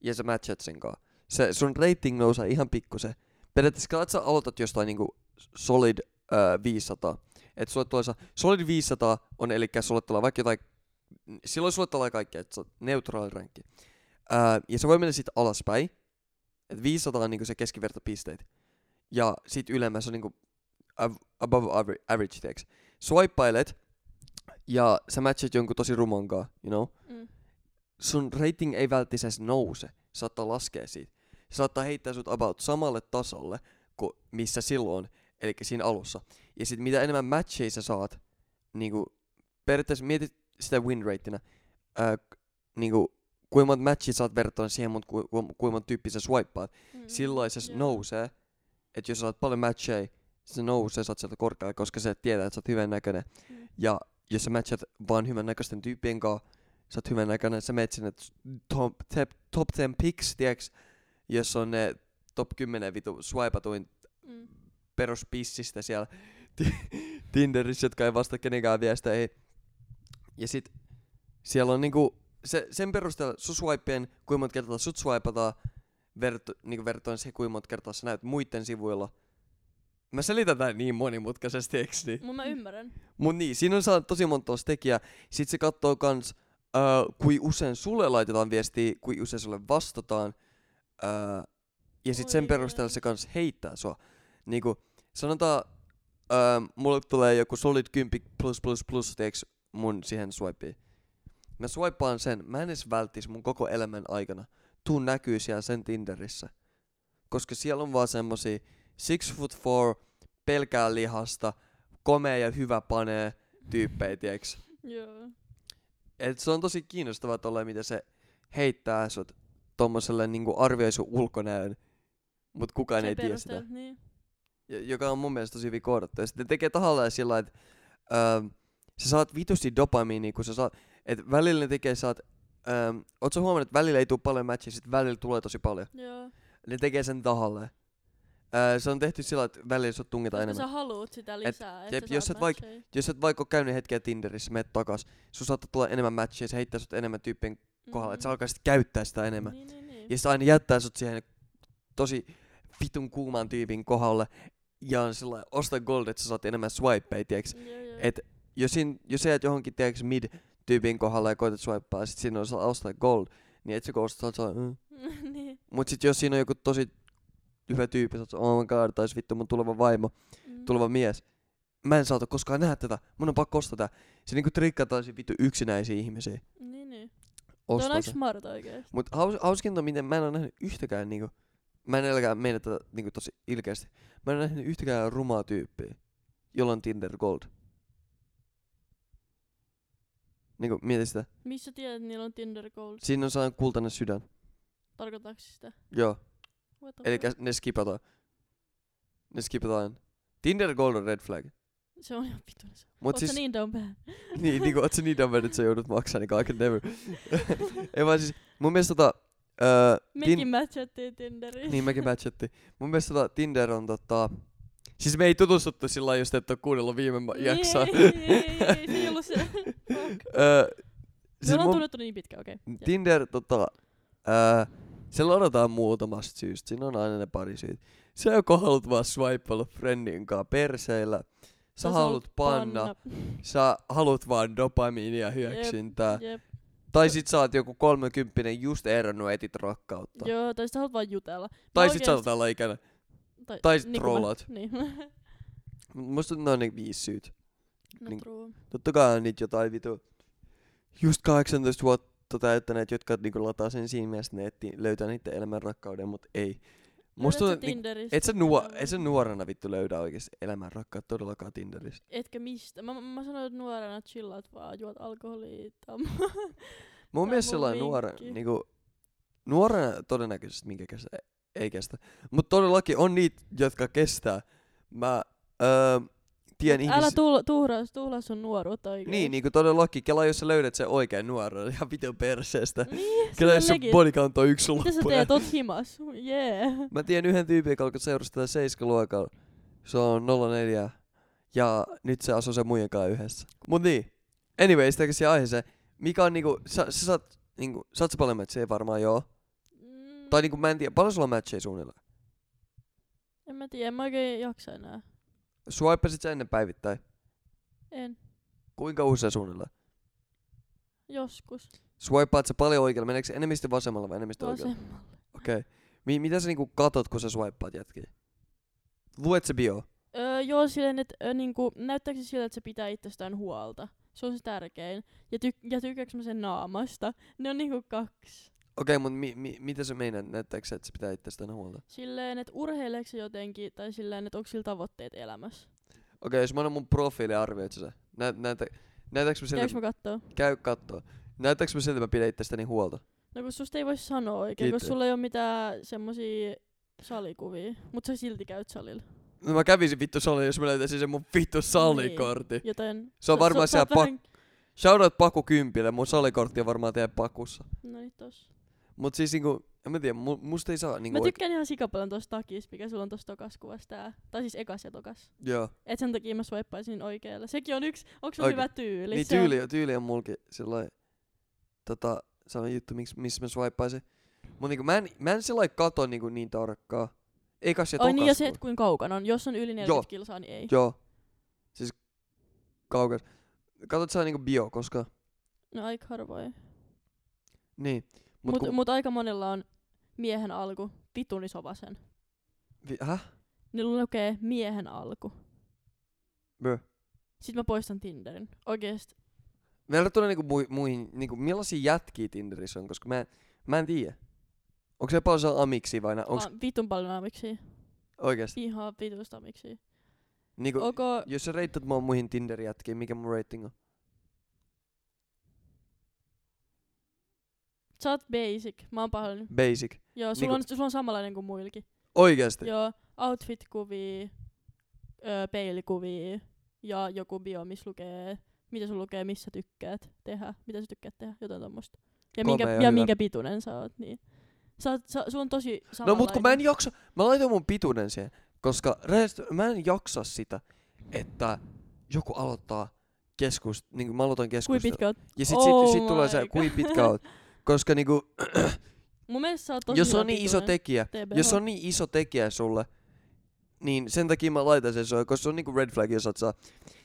Speaker 1: ja sä matchat sen kaa, se, sun rating nousee ihan pikkusen. Periaatteessa kun sä aloitat jostain niinku solid äh, 500, että sulle tulee se- solid 500 on, eli sulle tulee vaikka jotain, silloin sulle tulee kaikkea, että sä oot neutraali rankki. Äh, ja se voi mennä sitten alaspäin, et 500 on niinku se keskivertopisteet. Ja sit ylemmässä on niinku av- above aver- average, tiiäks. Swipeilet, ja sä matchat jonkun tosi rumonkaa, you know.
Speaker 2: Mm.
Speaker 1: Sun rating ei välttämättä nouse, saattaa laskea siitä. se saattaa heittää sut about samalle tasolle kuin missä silloin, eli siinä alussa. Ja sitten mitä enemmän matcheja sä saat, niinku, periaatteessa mietit sitä win rateina, ää, niinku, kuinka monta matchia saat verrattuna siihen, mutta ku, ku, kuinka monta tyyppiä sä swipeaat.
Speaker 2: Mm,
Speaker 1: Silloin se
Speaker 2: joo.
Speaker 1: nousee, että jos sä saat paljon matcheja, se nousee, sä oot sieltä korkealle, koska sä tietää, että sä oot hyvän näköinen.
Speaker 2: Mm.
Speaker 1: Ja jos sä matchat vaan hyvän näköisten tyyppien kanssa, sä oot hyvän näköinen, sä menet sinne top, top, top 10 picks, tiiäks, jos on ne top 10 vitu swipatuin
Speaker 2: Mm.
Speaker 1: peruspissistä siellä Ti- Tinderissä, jotka ei vastaa kenenkään viesteihin. Ja sit siellä on niinku, se, sen perusteella sun swipeen, kuinka monta kertaa sut swipataan, vertu, niinku vertoin se, kuinka monta kertaa sä näyt muiden sivuilla. Mä selitän tän niin monimutkaisesti, eiks niin?
Speaker 2: Mun mä ymmärrän.
Speaker 1: Mut niin, siinä on saa tosi monta tosta tekijää. Sit se katsoo kans, äh, kui usein sulle laitetaan viestiä, kui usein sulle vastataan. Äh, ja sit sen
Speaker 2: Oi,
Speaker 1: perusteella
Speaker 2: joo.
Speaker 1: se kans heittää sua. Niinku, sanotaan, äh, mulle tulee joku solid 10 plus plus plus, tiiäks, mun siihen swipeen. Mä swipaan sen, mä en edes välttis mun koko elämän aikana. Tuun näkyy siellä sen Tinderissä. Koska siellä on vaan semmosia six foot four, pelkää lihasta, komea ja hyvä panee tyyppejä, tiiäks.
Speaker 2: Joo.
Speaker 1: Et se on tosi kiinnostavaa tolle, miten se heittää sut tommoselle niinku arvioi sun ulkonäön, mut kukaan
Speaker 2: Sen
Speaker 1: ei tiedä sitä.
Speaker 2: perusteella, Niin.
Speaker 1: Ja- joka on mun mielestä tosi hyvin kohdattu. Ja sitten tekee tahallaan sillä lailla, että öö, sä saat vitusti dopamiinia, kun sä saat, et välillä ne tekee, saat, öö, oot sä huomannut, että välillä ei tule paljon matcheja, sit välillä tulee tosi paljon.
Speaker 2: Joo.
Speaker 1: Ne tekee sen tahalleen. Öö, se on tehty sillä lailla, että välillä sut tungetaan
Speaker 2: Koska
Speaker 1: enemmän.
Speaker 2: sä haluut sitä lisää. Et,
Speaker 1: jep,
Speaker 2: että sä
Speaker 1: jos
Speaker 2: saat
Speaker 1: et vaik-
Speaker 2: matcheja.
Speaker 1: Jos et vaikka ole käynyt hetkeä Tinderissä, menet takas. Sun saattaa tulla enemmän matcheja, se heittää sut enemmän tyyppien kohdalla, että sä alkaa sit käyttää sitä enemmän.
Speaker 2: Mm, Niin, niin, niin.
Speaker 1: Ja se aina jättää sut siihen tosi vitun kuuman tyypin kohdalle. Ja on sillä lailla, osta gold, että sä saat enemmän swipeja, tiiäks.
Speaker 2: Joo, joo.
Speaker 1: Et jos, sin, jos sä jäät johonkin, tiiäks, mid tyypin kohdalla ja koetat swipea, sit siinä on sillä osta gold, niin et sä kun ostaa, sä oot, mm.
Speaker 2: niin.
Speaker 1: Mut sit jos siinä on joku tosi hyvä tyyppi, sä oot, oh my god, tais vittu mun tuleva vaimo,
Speaker 2: Mm.
Speaker 1: tuleva mies. Mä en saata koskaan nähdä tätä, mun on pakko ostaa tää. Se niinku trikkaa taisi vittu yksinäisiä ihmisiä.
Speaker 2: Niin, niin. Tuo on
Speaker 1: Ostaa
Speaker 2: aika
Speaker 1: se.
Speaker 2: smart oikeesti.
Speaker 1: Mut haus, hauskinta, miten mä en ole nähnyt yhtäkään niinku, mä en edelläkään mene tätä niinku tosi ilkeästi. Mä en ole nähnyt yhtäkään rumaa tyyppiä, jolla on Tinder Gold. Niinku, mieti sitä.
Speaker 2: Missä tiedät, että niillä on Tinder Gold?
Speaker 1: Siinä on sellainen kultainen sydän.
Speaker 2: Tarkoitatko se sitä?
Speaker 1: Joo,
Speaker 2: What the
Speaker 1: eli
Speaker 2: fuck?
Speaker 1: ne skipataan. Ne skipataan. Tinder Gold on red flag.
Speaker 2: Se on ihan vitun. se.
Speaker 1: Mut
Speaker 2: Oot
Speaker 1: siis,
Speaker 2: sä niin down bad?
Speaker 1: niin, niinku, oot sä niin dumb, että sä joudut maksaa, niin kaiken never. Ei vaan siis, mun mielestä tota, öö,
Speaker 2: Mekin Tin- matchattiin Tinderiin.
Speaker 1: Niin mekin matchattiin. Mun mielestä tota, Tinder on tota... Siis me ei tutustuttu sillä lailla, jos te et ole kuunnellut viime
Speaker 2: Niin,
Speaker 1: ma- jaksoa.
Speaker 2: Ei, ei, ei, ei, niin, se ei ollut se. Fuck.
Speaker 1: Öö,
Speaker 2: Me
Speaker 1: siis
Speaker 2: ollaan
Speaker 1: mun,
Speaker 2: tunnettu niin pitkään, okei. Okay.
Speaker 1: Tinder tota... Öö, se ladataan muutamasta syystä. Siinä on aina ne pari syyt. Sä joko haluat vaan swipeilla friendin kanssa perseillä. Sä haluat panna. Sä haluat vaan dopamiinia hyöksyntää.
Speaker 2: Jep.
Speaker 1: Tai sit sä oot joku kolmekymppinen just eronnut etit rakkautta.
Speaker 2: Joo, tai sitten haluat vaan jutella. Mä
Speaker 1: Tai sit sä oot
Speaker 2: oikeesti-
Speaker 1: tällä ikäinen.
Speaker 2: tai,
Speaker 1: tai sit
Speaker 2: niin kuin mä-
Speaker 1: trollaat.
Speaker 2: Niin.
Speaker 1: Musta ne on ne viisi syyt.
Speaker 2: no
Speaker 1: Niin-
Speaker 2: true.
Speaker 1: Totta kai on niitä jotain vitu, just 18 vuotta täyttäneet, jotka niinku lataa sen siinä mielessä, että ne etti, löytää niiden elämän rakkauden, mut ei. Musta tuntuu, että
Speaker 2: Löydät sä
Speaker 1: niinku,
Speaker 2: Tinderistä.
Speaker 1: et sä, nuo,
Speaker 2: Joo.
Speaker 1: et sä nuorena vittu löydä oikeesti elämän rakkautta todellakaan Tinderissä.
Speaker 2: Etkä mistä. Mä, mä sanoin, että nuorena chillaat vaan, juot alkoholia. tam-
Speaker 1: Mun
Speaker 2: on
Speaker 1: mielestä
Speaker 2: mun
Speaker 1: sellainen nuore,
Speaker 2: vinkki.
Speaker 1: niinku, nuorena todennäköisesti minkä kestä, ei kestä. Mut todellakin on niitä, jotka kestää. Mä öö, tien
Speaker 2: Mut Älä
Speaker 1: ihmisiä...
Speaker 2: tuula, tuhraa, tuhlaa sun nuoruutta oikein.
Speaker 1: siis- Niin, niinku todellakin. Kela, jos sä löydät sen oikein nuoren, ihan vitun perseestä.
Speaker 2: Niin,
Speaker 1: Kela,
Speaker 2: se
Speaker 1: jos
Speaker 2: on
Speaker 1: sun
Speaker 2: legit.
Speaker 1: bodycount on yksi
Speaker 2: Mitä sä
Speaker 1: loppuun.
Speaker 2: teet? Oot himas. Jee. Yeah.
Speaker 1: Mä tiedän yhden tyypin, joka alkoi seurustella 7 luokalla. Se on 04. Ja nyt se asuu sen muiden kanssa yhdessä. Mut niin. Anyway, sitä siihen aiheeseen. Mikä on niinku, sä, sä saat, niinku, saat sä paljon matcheja varmaan joo.
Speaker 2: Mm,
Speaker 1: Tai niinku mä en tiedä, paljon sulla on matcheja suunnilleen.
Speaker 2: Mm. En mä tiedä, en mä oikein jaksa enää.
Speaker 1: Swipesit sä ennen päivittäin.
Speaker 2: En.
Speaker 1: Kuinka usein suunnilleen?
Speaker 2: Joskus.
Speaker 1: Swipeat sä paljon oikealla, meneekö se enemmistö vasemmalla vai enemmistö oikealla?
Speaker 2: Vasemmalle.
Speaker 1: Okei. Okay. Mi- mitä sä niinku katot, kun sä swipeat jätkiä? Luet se bio?
Speaker 2: Öö, joo, silleen, että öö, niinku, näyttääkö se siltä, että se pitää itsestään huolta. Se on se tärkein. Ja, tyk- ja tykkääkö mä sen naamasta? Ne on niinku kaksi.
Speaker 1: Okei, mutta mi- mi- mitä se meinaat? Näyttääkö se, että se pitää itsestään huolta?
Speaker 2: Silleen, että urheileeko se jotenkin, tai silleen, että onko sillä tavoitteet elämässä.
Speaker 1: Okei, jos mä annan mun profiili arvioit sä se. Nä- näytä, näytäks mä siltä,
Speaker 2: Käykö mä kattoo?
Speaker 1: käy kattoo. Näytäks mä siltä, mä pidän itsestäni huolta?
Speaker 2: No kun susta ei voi sanoa oikein, kun
Speaker 1: Kiitos.
Speaker 2: sulla ei ole mitään semmosia salikuvia, mutta sä silti käyt salilla.
Speaker 1: No mä kävisin vittu salilla, jos mä löytäisin sen mun vittu salikortti.
Speaker 2: Joten...
Speaker 1: Se on
Speaker 2: Niin. sä-
Speaker 1: varmaan
Speaker 2: sä-
Speaker 1: siellä
Speaker 2: sä oot vähän-
Speaker 1: Shoutout Paku Kympille, mun salikortti on varmaan teidän pakussa.
Speaker 2: No niin, tossa.
Speaker 1: Mut siis niinku, en mä tiedä, mu- musta ei saa niinku
Speaker 2: Mä tykkään ihan sikapaljon tosta takis, mikä sulla on tossa tokas kuvassa tää. Tai siis ekas ja tokas.
Speaker 1: oike- Joo.
Speaker 2: Et sen takia mä swippaisin oikealla. Sekin on yksi, onks sulla
Speaker 1: Oikein.
Speaker 2: hyvä tyyli?
Speaker 1: Niin
Speaker 2: Se on-
Speaker 1: tyyli, tyyli on mulki sellainen, tota, sellainen juttu, miks, missä mä swipaisin. Mut niinku mä en, mä en sellainen kato niinku niin tarkkaa. Eikä se
Speaker 2: Ai niin, ja
Speaker 1: tokas
Speaker 2: se,
Speaker 1: kuva.
Speaker 2: et kuin kaukana on. Jos on yli 40
Speaker 1: Joo.
Speaker 2: kilsaa, niin ei.
Speaker 1: Joo. Siis kaukas. Katot sä niinku bio, koska...
Speaker 2: No aika harvoin.
Speaker 1: Niin. Mut,
Speaker 2: Mut,
Speaker 1: kun...
Speaker 2: mut, aika monella on miehen alku. Vitun iso vasen.
Speaker 1: Vi... Häh?
Speaker 2: Niillä lukee miehen alku.
Speaker 1: Bö.
Speaker 2: Sitten mä poistan Tinderin. Oikeesti.
Speaker 1: Verrattuna niinku mui, muihin, niinku millaisia jätkiä Tinderissä on, koska mä en, mä en tiedä. Onko se paljon sellainen amiksi vai nä- onks
Speaker 2: Onks... Vitun paljon amiksi.
Speaker 1: oikeesti?
Speaker 2: Ihan vitusta amiksi.
Speaker 1: Niinku, okay.
Speaker 2: Onko...
Speaker 1: jos sä reittat mua muihin Tinder-jätkiin, mikä mun rating on?
Speaker 2: Sä oot basic. Mä oon pahoillani.
Speaker 1: Basic.
Speaker 2: Joo, sulla,
Speaker 1: Niinku-
Speaker 2: on, sulla on samanlainen kuin muillakin.
Speaker 1: Oikeesti?
Speaker 2: Joo, outfit-kuvia, öö, peilikuvia ja joku bio, missä lukee, mitä sun lukee, missä tykkäät tehdä, mitä sä tykkäät tehdä, jotain tommosta. Ja,
Speaker 1: Komea
Speaker 2: minkä,
Speaker 1: ja
Speaker 2: ja,
Speaker 1: hyvä.
Speaker 2: minkä pituinen sä oot, niin. Sä oot, sä, sulla on tosi
Speaker 1: No
Speaker 2: samanlainen.
Speaker 1: mut kun mä en jaksa, mä laitoin mun pituuden siihen, koska rehellisesti mä en jaksa sitä, että joku aloittaa keskust, niin kuin mä aloitan
Speaker 2: Kui
Speaker 1: keskustelun.
Speaker 2: pitkä oot?
Speaker 1: Ja sit,
Speaker 2: Oh
Speaker 1: sit, sit tulee
Speaker 2: my
Speaker 1: se,
Speaker 2: God.
Speaker 1: kuin pitkä oot. Koska niinku,
Speaker 2: Mun mielestä sä oot tosi
Speaker 1: jos
Speaker 2: hyvä
Speaker 1: on niin iso
Speaker 2: pituinen.
Speaker 1: tekijä,
Speaker 2: TBH.
Speaker 1: jos on niin iso tekijä sulle, niin sen takia mä laitan sen soi, koska se on niinku red flag, jos oot saa.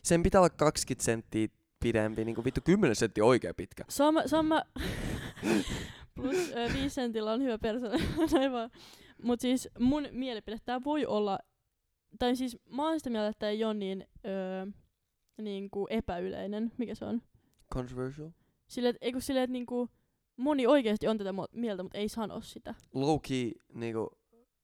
Speaker 1: Sen pitää olla 20 senttiä pidempi, niinku vittu 10 senttiä oikea pitkä.
Speaker 2: Sama, sama plus ö, viisi sentillä on hyvä persona, näin vaan. Mut siis mun mielipide, tää voi olla, tai siis mä oon sitä mieltä, että tää ei ole niin, öö, niin kuin epäyleinen, mikä se on.
Speaker 1: Controversial?
Speaker 2: Sille, et, ei kun silleen, että niinku, moni oikeasti on tätä mo- mieltä, mutta ei sano sitä.
Speaker 1: Low key niinku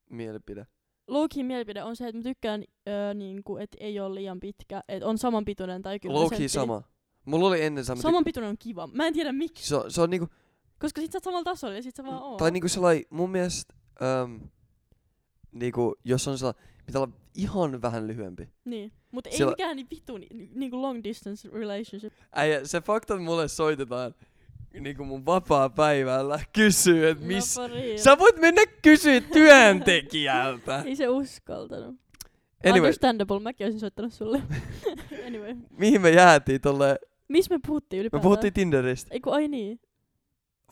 Speaker 1: mielipide.
Speaker 2: Lowkin mielipide on se, että mä tykkään, öö, niinku, että ei ole liian pitkä, että on samanpituinen tai kyllä.
Speaker 1: Low key sama. Mulla oli ennen sama.
Speaker 2: Samanpituinen on kiva. Mä en tiedä miksi,
Speaker 1: Se, on- se on niinku,
Speaker 2: koska sit sä oot samalla tasolla ja sit sä vaan oot.
Speaker 1: Tai niinku sellainen, mun mielestä, äm, niinku, jos on sellainen, pitää olla ihan vähän lyhyempi.
Speaker 2: Niin, mutta ei
Speaker 1: Sillä-
Speaker 2: mikään niin vittu ni, ni- niinku long distance relationship.
Speaker 1: Äijä, se fakta, että mulle soitetaan niinku mun vapaa päivällä, kysyy, että missä...
Speaker 2: No, pariin.
Speaker 1: Sä voit mennä kysyä työntekijältä.
Speaker 2: Ei se uskaltanut.
Speaker 1: Anyway,
Speaker 2: Understandable, mäkin olisin soittanut sulle. anyway.
Speaker 1: mihin me jäätiin tolle?
Speaker 2: Missä me puhuttiin
Speaker 1: Me
Speaker 2: ylipäätään?
Speaker 1: puhuttiin Tinderistä.
Speaker 2: Eiku, ai niin.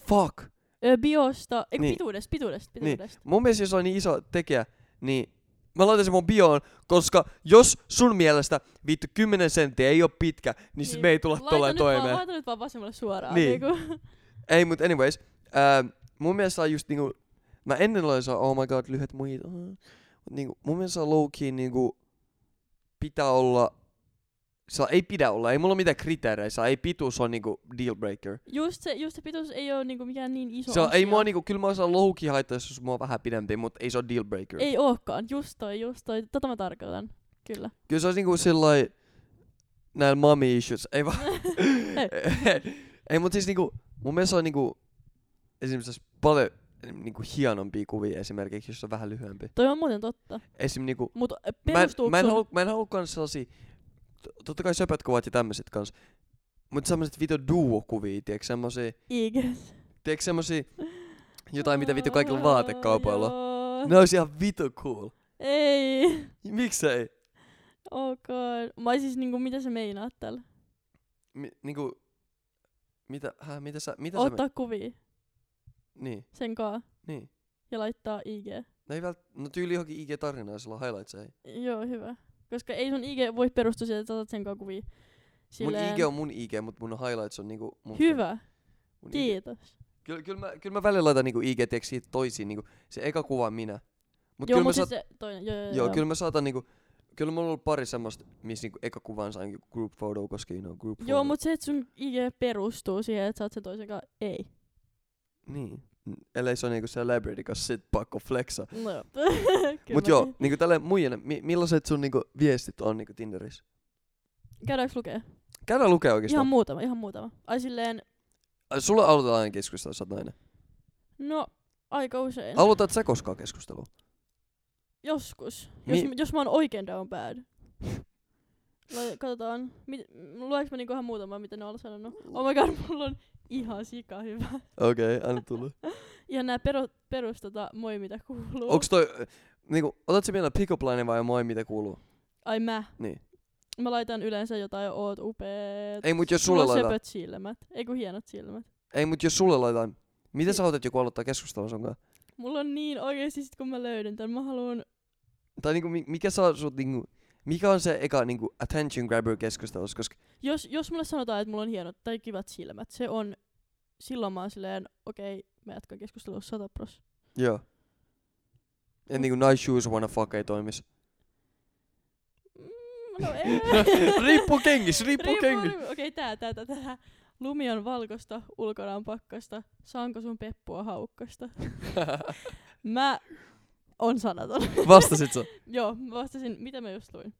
Speaker 1: Fuck.
Speaker 2: Ö, biosta,
Speaker 1: Niin.
Speaker 2: eiku niin. pituudesta, pituudesta,
Speaker 1: Niin.
Speaker 2: pituudesta.
Speaker 1: Mun mielestä jos on niin iso tekijä, niin mä laitan sen mun bioon, koska jos sun mielestä vittu 10 senttiä ei ole pitkä, niin, niin. sit me ei tulla
Speaker 2: Laita
Speaker 1: tolleen
Speaker 2: nyt vaan-
Speaker 1: toimeen.
Speaker 2: Laita nyt vaan vasemmalle suoraan.
Speaker 1: Niin.
Speaker 2: Niin. Eiku.
Speaker 1: Ei, mutta anyways, ähm, mun mielestä on just niinku, mä ennen olin se, oh my god, lyhyet muijat, uh, mut niinku, mun mielestä low key niinku, pitää olla, se ei pidä olla, ei mulla ole mitään kriteerejä, se ei pituus on niinku deal breaker.
Speaker 2: Just se, just se pituus ei ole niinku mikään niin iso
Speaker 1: Se on,
Speaker 2: asia.
Speaker 1: ei mua niinku, kyllä mä osaan low key haittaa, jos mua on vähän pidempi, mutta ei se ole deal breaker.
Speaker 2: Ei ookaan, just toi, just toi. Tätä mä tarkoitan. Kyllä.
Speaker 1: Kyllä se olisi niinku sillai, näillä mommy issues, ei vaan. ei, mutta siis niinku, mun mielestä on niinku, esimerkiksi jos paljon niinku hienompia kuvia esimerkiksi, jos on vähän lyhyempi.
Speaker 2: toi on muuten totta.
Speaker 1: Esim. niinku,
Speaker 2: Mut ö,
Speaker 1: mä en,
Speaker 2: perustuuko
Speaker 1: mä en,
Speaker 2: sun-
Speaker 1: halua, mä en halua kans sellaisia, t- totta kai söpöt kuvat ja tämmöiset kans, mutta semmoset vito duo-kuvia, tiiäks semmosia,
Speaker 2: IG.
Speaker 1: tiiäks semmosia, jotain mitä vittu kaikilla vaatekaupoilla. No. on.
Speaker 2: Joo.
Speaker 1: Ne olisi ihan vitu cool.
Speaker 2: Ei.
Speaker 1: Miksei?
Speaker 2: Ok. Mä oon siis niinku, mitä sä meinaat tällä?
Speaker 1: Mi, niinku, mitä, häh, mitä sä, mitä sä,
Speaker 2: Ottaa kuvia
Speaker 1: me- niin,
Speaker 2: sen kaa
Speaker 1: niin.
Speaker 2: ja laittaa IG.
Speaker 1: No ei vält, no tyyli johonkin IG-tarinaan sillä highlightsa ei.
Speaker 2: Joo, hyvä. Koska ei sun IG voi perustua siihen, että sä otat sen kaa kuvia.
Speaker 1: Mun
Speaker 2: Silleen-
Speaker 1: IG on mun IG, mutta mun highlights on niinku mun.
Speaker 2: Hyvä,
Speaker 1: Mun IG
Speaker 2: kiitos.
Speaker 1: Kyllä, kyllä, mä, kyllä mä välillä laitan niinku ig tekstiä toisiin, niinku, se eka kuva on minä. Mut
Speaker 2: joo,
Speaker 1: kyllä, mä
Speaker 2: mut
Speaker 1: saat,
Speaker 2: siis se toinen, joo, joo,
Speaker 1: joo, kyllä mä saatan niinku, kyllä mulla on ollut pari semmoista, missä niinku eka kuvan sain niinku group photo, koska you know, group photo.
Speaker 2: Joo, mut se, että sun IG perustuu siihen, että sä oot sen toisen kaa, ei.
Speaker 1: Niin. ellei se on niinku celebrity, koska sit pakko flexa.
Speaker 2: No joo. Kyllä
Speaker 1: Mut joo,
Speaker 2: niin.
Speaker 1: niinku tälleen muijana, mi- millaiset sun niinku viestit on niinku Tinderissä?
Speaker 2: Käydäänkö lukee?
Speaker 1: Käydään lukee
Speaker 2: Ihan
Speaker 1: oikeastaan.
Speaker 2: muutama, ihan muutama. Ai silleen,
Speaker 1: Mu- Sulla aloitetaan aina keskustelu, sä oot nainen.
Speaker 2: no aika usein.
Speaker 1: Aloitat sä koskaan keskustelua?
Speaker 2: Joskus.
Speaker 1: Mi-
Speaker 2: Jos, jos mä oon oikein down bad. Lai- Katsotaan. Mit, luenko mä niinku ihan muutama, mitä ne on sanonut? Oh my god, mulla on ihan sika hyvä.
Speaker 1: Okei, okay, anna tulla.
Speaker 2: Ihan nää peru, perus tota, moi mitä kuuluu.
Speaker 1: Onks toi, äh, niinku, otat sä vielä pick-up line vai moi mitä kuuluu?
Speaker 2: Ai mä.
Speaker 1: Niin.
Speaker 2: Mä laitan yleensä jotain, oot upeet.
Speaker 1: Ei mut jos sulle
Speaker 2: Mulla on
Speaker 1: laitetaan,
Speaker 2: söpöt silmät. Ei kun hienot silmät.
Speaker 1: ei mut jos sulle laitetaan, miten sä otat joku aloittaa keskustelun sun kanssa?
Speaker 2: Mulla on niin oikeesti sit kun mä löydän tän, mä haluan
Speaker 1: Tai niinku, mi- mikä saa sut niinku, mikä on se eka niinku attention grabber keskustelussa, koska
Speaker 2: Jos, jos mulle sanotaan, että mulla on hienot tai kivat silmät, se on, silloin mä oon silleen, okei, okay, mä jatkan keskustelua 100 pros.
Speaker 1: Joo. Ja niinku nice shoes wanna fuck ei toimis.
Speaker 2: No ei.
Speaker 1: riippuu kengissä, riippuu
Speaker 2: Riippuu,
Speaker 1: kengissä.
Speaker 2: riippuu. Okei, tää, tää, tää, tää. Lumi on valkosta, ulkona on pakkasta, saanko sun peppua haukkasta? mä on sanaton.
Speaker 1: Vastasit sä?
Speaker 2: Joo, mä vastasin, mitä mä just luin.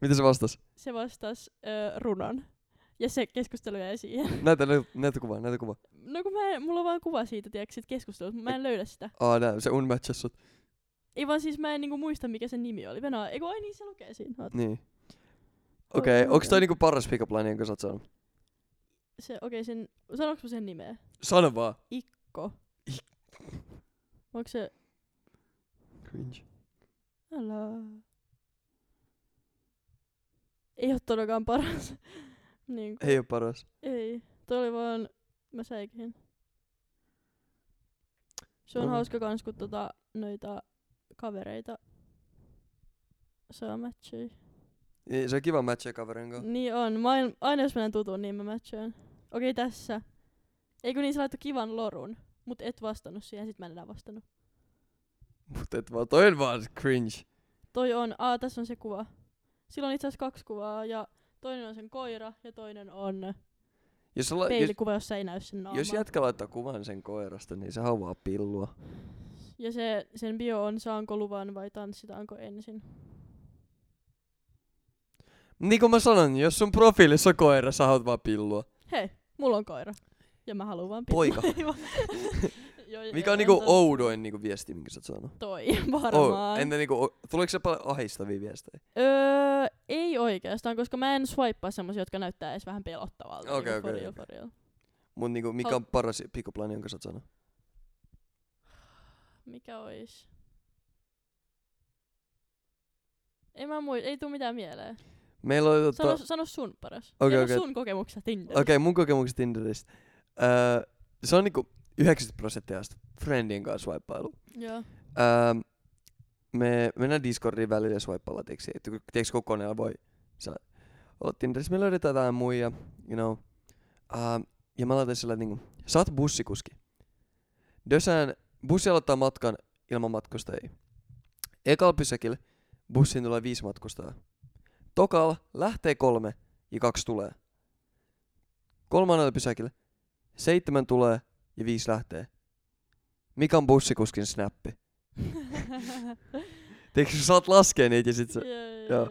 Speaker 1: Mitä se vastas?
Speaker 2: Se vastasi ö, runon. Ja se keskustelu jäi siihen.
Speaker 1: Näytä, nä- näytä kuvaa, näytä kuvaa.
Speaker 2: No kun mä en, mulla on vaan kuva siitä, tiedätkö, siitä keskustelusta, mä en löydä sitä.
Speaker 1: Aa, nää, se unmatchas sut.
Speaker 2: Ei vaan siis mä en niinku muista mikä sen nimi oli. Venäjä, eikö ai niin se lukee siinä. Oot-
Speaker 1: Niin. Okei, okay, onks
Speaker 2: Oi, okei.
Speaker 1: toi niinku paras pick-up line, jonka sä oot saanut?
Speaker 2: Se, okei sen, sanoks mä sen nimeä?
Speaker 1: Sano vaan.
Speaker 2: Ikko. Onko se,
Speaker 1: Cringe.
Speaker 2: älä. Ei oo todellakaan paras. niin,
Speaker 1: Ei oo paras.
Speaker 2: ei. Toi oli vaan, mä säikin. Se on
Speaker 1: Oho.
Speaker 2: hauska kans, kun tota, noita kavereita saa matcheja.
Speaker 1: Ei, Se on kiva matchia kaverin kanssa.
Speaker 2: Niin on. Mä aina, aina jos menen tutun, niin mä matchaan. Okei, tässä. Eikö niin, sä laittoi kivan lorun, mut et vastannut siihen, sit mä en enää vastannut.
Speaker 1: Mut et vaan, toi on vaan cringe.
Speaker 2: Toi on, aa, tässä on se kuva. Sillä on itse asiassa kaksi kuvaa, ja toinen on sen koira, ja toinen on
Speaker 1: Jos, sulla, jos,
Speaker 2: peilikuva, jos sä ei näy sen naamaa.
Speaker 1: jos jätkä laittaa kuvan sen koirasta, niin se on vaan pillua.
Speaker 2: Ja se, sen bio on, saanko luvan vai tanssitaanko ensin.
Speaker 1: Niin kuin mä sanoin, jos sun profiilissa on koira, sä oot vaan pillua.
Speaker 2: Hei, mulla on koira. Ja mä haluan vaan
Speaker 1: Poika.
Speaker 2: Ei vaan. Joo, ja-
Speaker 1: Mikä
Speaker 2: ja
Speaker 1: on niinku
Speaker 2: antaa-
Speaker 1: oudoin niinku viesti, minkä sä oot saanut?
Speaker 2: Toi,
Speaker 1: Oh,
Speaker 2: varmaan.
Speaker 1: entä niinku, o- tuleeko se paljon ahistavia viestejä?
Speaker 2: Öö, ei oikeastaan, koska mä en swipeaa semmosia, jotka näyttää edes vähän pelottavalta.
Speaker 1: Okei,
Speaker 2: niinku for
Speaker 1: okei,
Speaker 2: real,
Speaker 1: okei.
Speaker 2: for real.
Speaker 1: Mut niinku, mikä
Speaker 2: Hal-
Speaker 1: on paras pick-up line, jonka sä oot saanut?
Speaker 2: Mikä ois? Ei mä muista, ei tuu mitään mieleen.
Speaker 1: Meillä oli tota...
Speaker 2: Sano,
Speaker 1: Okei,
Speaker 2: sano sun paras.
Speaker 1: Okei,
Speaker 2: Kerro
Speaker 1: okei.
Speaker 2: sun kokemuksesta Tinderistä.
Speaker 1: okay, mun kokemukset Tinderistä. Öö, se on niinku 90 prosenttia asti friendien kanssa swipeilu.
Speaker 2: Joo.
Speaker 1: Öö, me mennään Discordiin välillä ja swipeilla, tiiäks, että kun- tiiäks kun koneella voi sä olla Tinderissä, me löydetään jotain muija, you know. Öö, ja mä laitan sillä niinku, sä oot bussikuski. Dösään, bussi aloittaa matkan ilman matkustajia. Ekalla pysäkillä bussiin tulee viisi matkustajaa. Tokalla lähtee kolme ja kaksi tulee. Kolmannella pysäkillä seitsemän tulee ja viisi lähtee. Mikä on bussikuskin snappi? Tiedätkö, sä saat laskea niitä ja sit sä... joo.
Speaker 2: joo. joo.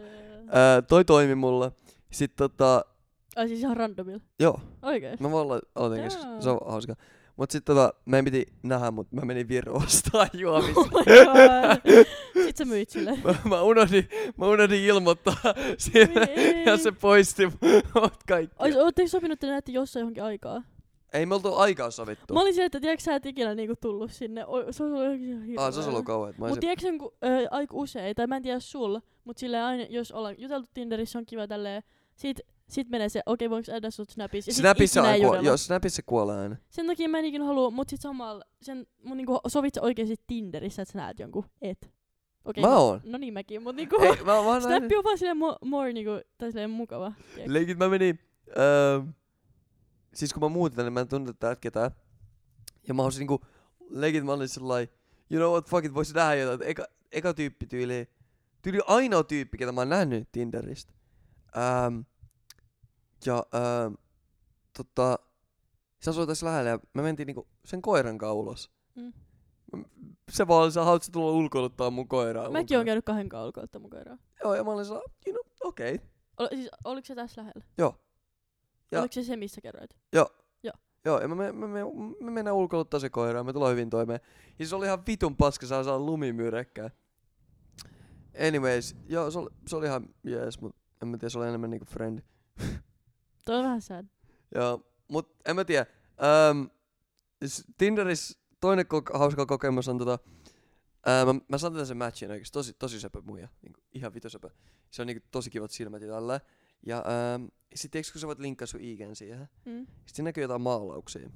Speaker 1: Ää, toi toimi mulla. Sitten tota...
Speaker 2: Ai siis ihan randomilla.
Speaker 1: Joo,
Speaker 2: Oikeesti.
Speaker 1: mä vaan la- aloitin kesken.
Speaker 2: Joo.
Speaker 1: Se on hauska. Mut sit tota, meidän piti nähdä, mut mä menin Virosta juomista.
Speaker 2: Oh my god. Sit sä myit sille.
Speaker 1: mä, mä, unohdin, mä unohdin ilmoittaa siinä. Ja se poisti mut kaikki.
Speaker 2: Niin. Ois, ootteko sopinut, että näette jossain johonkin aikaa?
Speaker 1: Ei me oltu aikaa sovittu.
Speaker 2: Mä olin siellä, että tiedätkö sä et ikinä niinku tullut sinne. O, se on ollut ihan
Speaker 1: Ah, se olisi
Speaker 2: hirveä.
Speaker 1: ollut kauan. että Mä
Speaker 2: Mut
Speaker 1: olisin...
Speaker 2: tiedätkö sen, kun, ö, aika usein, tai mä en tiedä sulla, mut silleen aina, jos ollaan juteltu Tinderissä, on kiva tälleen, sit, sit menee se, okei, voinko äidä sut snapissa, ja sit
Speaker 1: Snapissa,
Speaker 2: ikinä ei
Speaker 1: kuo-
Speaker 2: jutella.
Speaker 1: joo, Snapissa kuolee aina.
Speaker 2: Sen takia mä en ikinä halua, mut sit samalla, sen, mun niinku, sovit sä oikeesti Tinderissä, että sä näet jonkun, et. Okei,
Speaker 1: Mä
Speaker 2: no-
Speaker 1: oon.
Speaker 2: No niin mäkin, mut niinku,
Speaker 1: Ei, mä, mä oon aina-
Speaker 2: snappi on vaan silleen more, more niinku, tai silleen mukava. tiedätkö?
Speaker 1: Leikit mä menin, öö, siis kun mä muutin tänne, mä en tunne täältä ketään. Ja mä olisin niinku, leikit mä olin sellai, you know what, fuck it, voisi nähdä jotain. Et Eka, eka tyyppi tyyli, tyyli ainoa tyyppi, ketä mä oon nähnyt Tinderistä. Öö, ja öö, tota, se asui tässä lähellä ja me mentiin niinku sen koiran kanssa ulos.
Speaker 2: Mm.
Speaker 1: Se vaan oli, sä haluat sä tulla ulkoiluttaa mun koiraa.
Speaker 2: Mäkin
Speaker 1: ulkona?"
Speaker 2: oon käynyt kahden kanssa ulkoilta mun koiraa.
Speaker 1: Joo, ja mä olin sellainen, you know, okei. Okay.
Speaker 2: Ol, siis oliko se tässä lähellä?
Speaker 1: Joo. Ja-
Speaker 2: Ja. Oliko se se, missä kerroit?
Speaker 1: Joo, ja me, me, me, me, me mennään ulkoiluttaa se koira, ja me tullaan hyvin toimeen. Ja se oli ihan vitun paska, saa saa lumimyräkkää. Anyways, joo, se oli, se oli ihan jees, mut en mä tiedä, se oli enemmän niinku friend.
Speaker 2: Toi on vähän sad.
Speaker 1: Joo, mut en mä tiedä. Öm, s- Tinderissä toinen kok- hauska kokemus on tota, ää, mä, mä sanon tätä sen matchin oikeesti, tosi, tosi söpö muija, niinku, ihan vitu söpö. Se on niinku tosi kivat silmät ja tällä. Ja öm, sit tiiäks, kun sä voit linkkaa sun IGn siihen,
Speaker 2: Mm.
Speaker 1: sitten näkyy jotain maalauksia.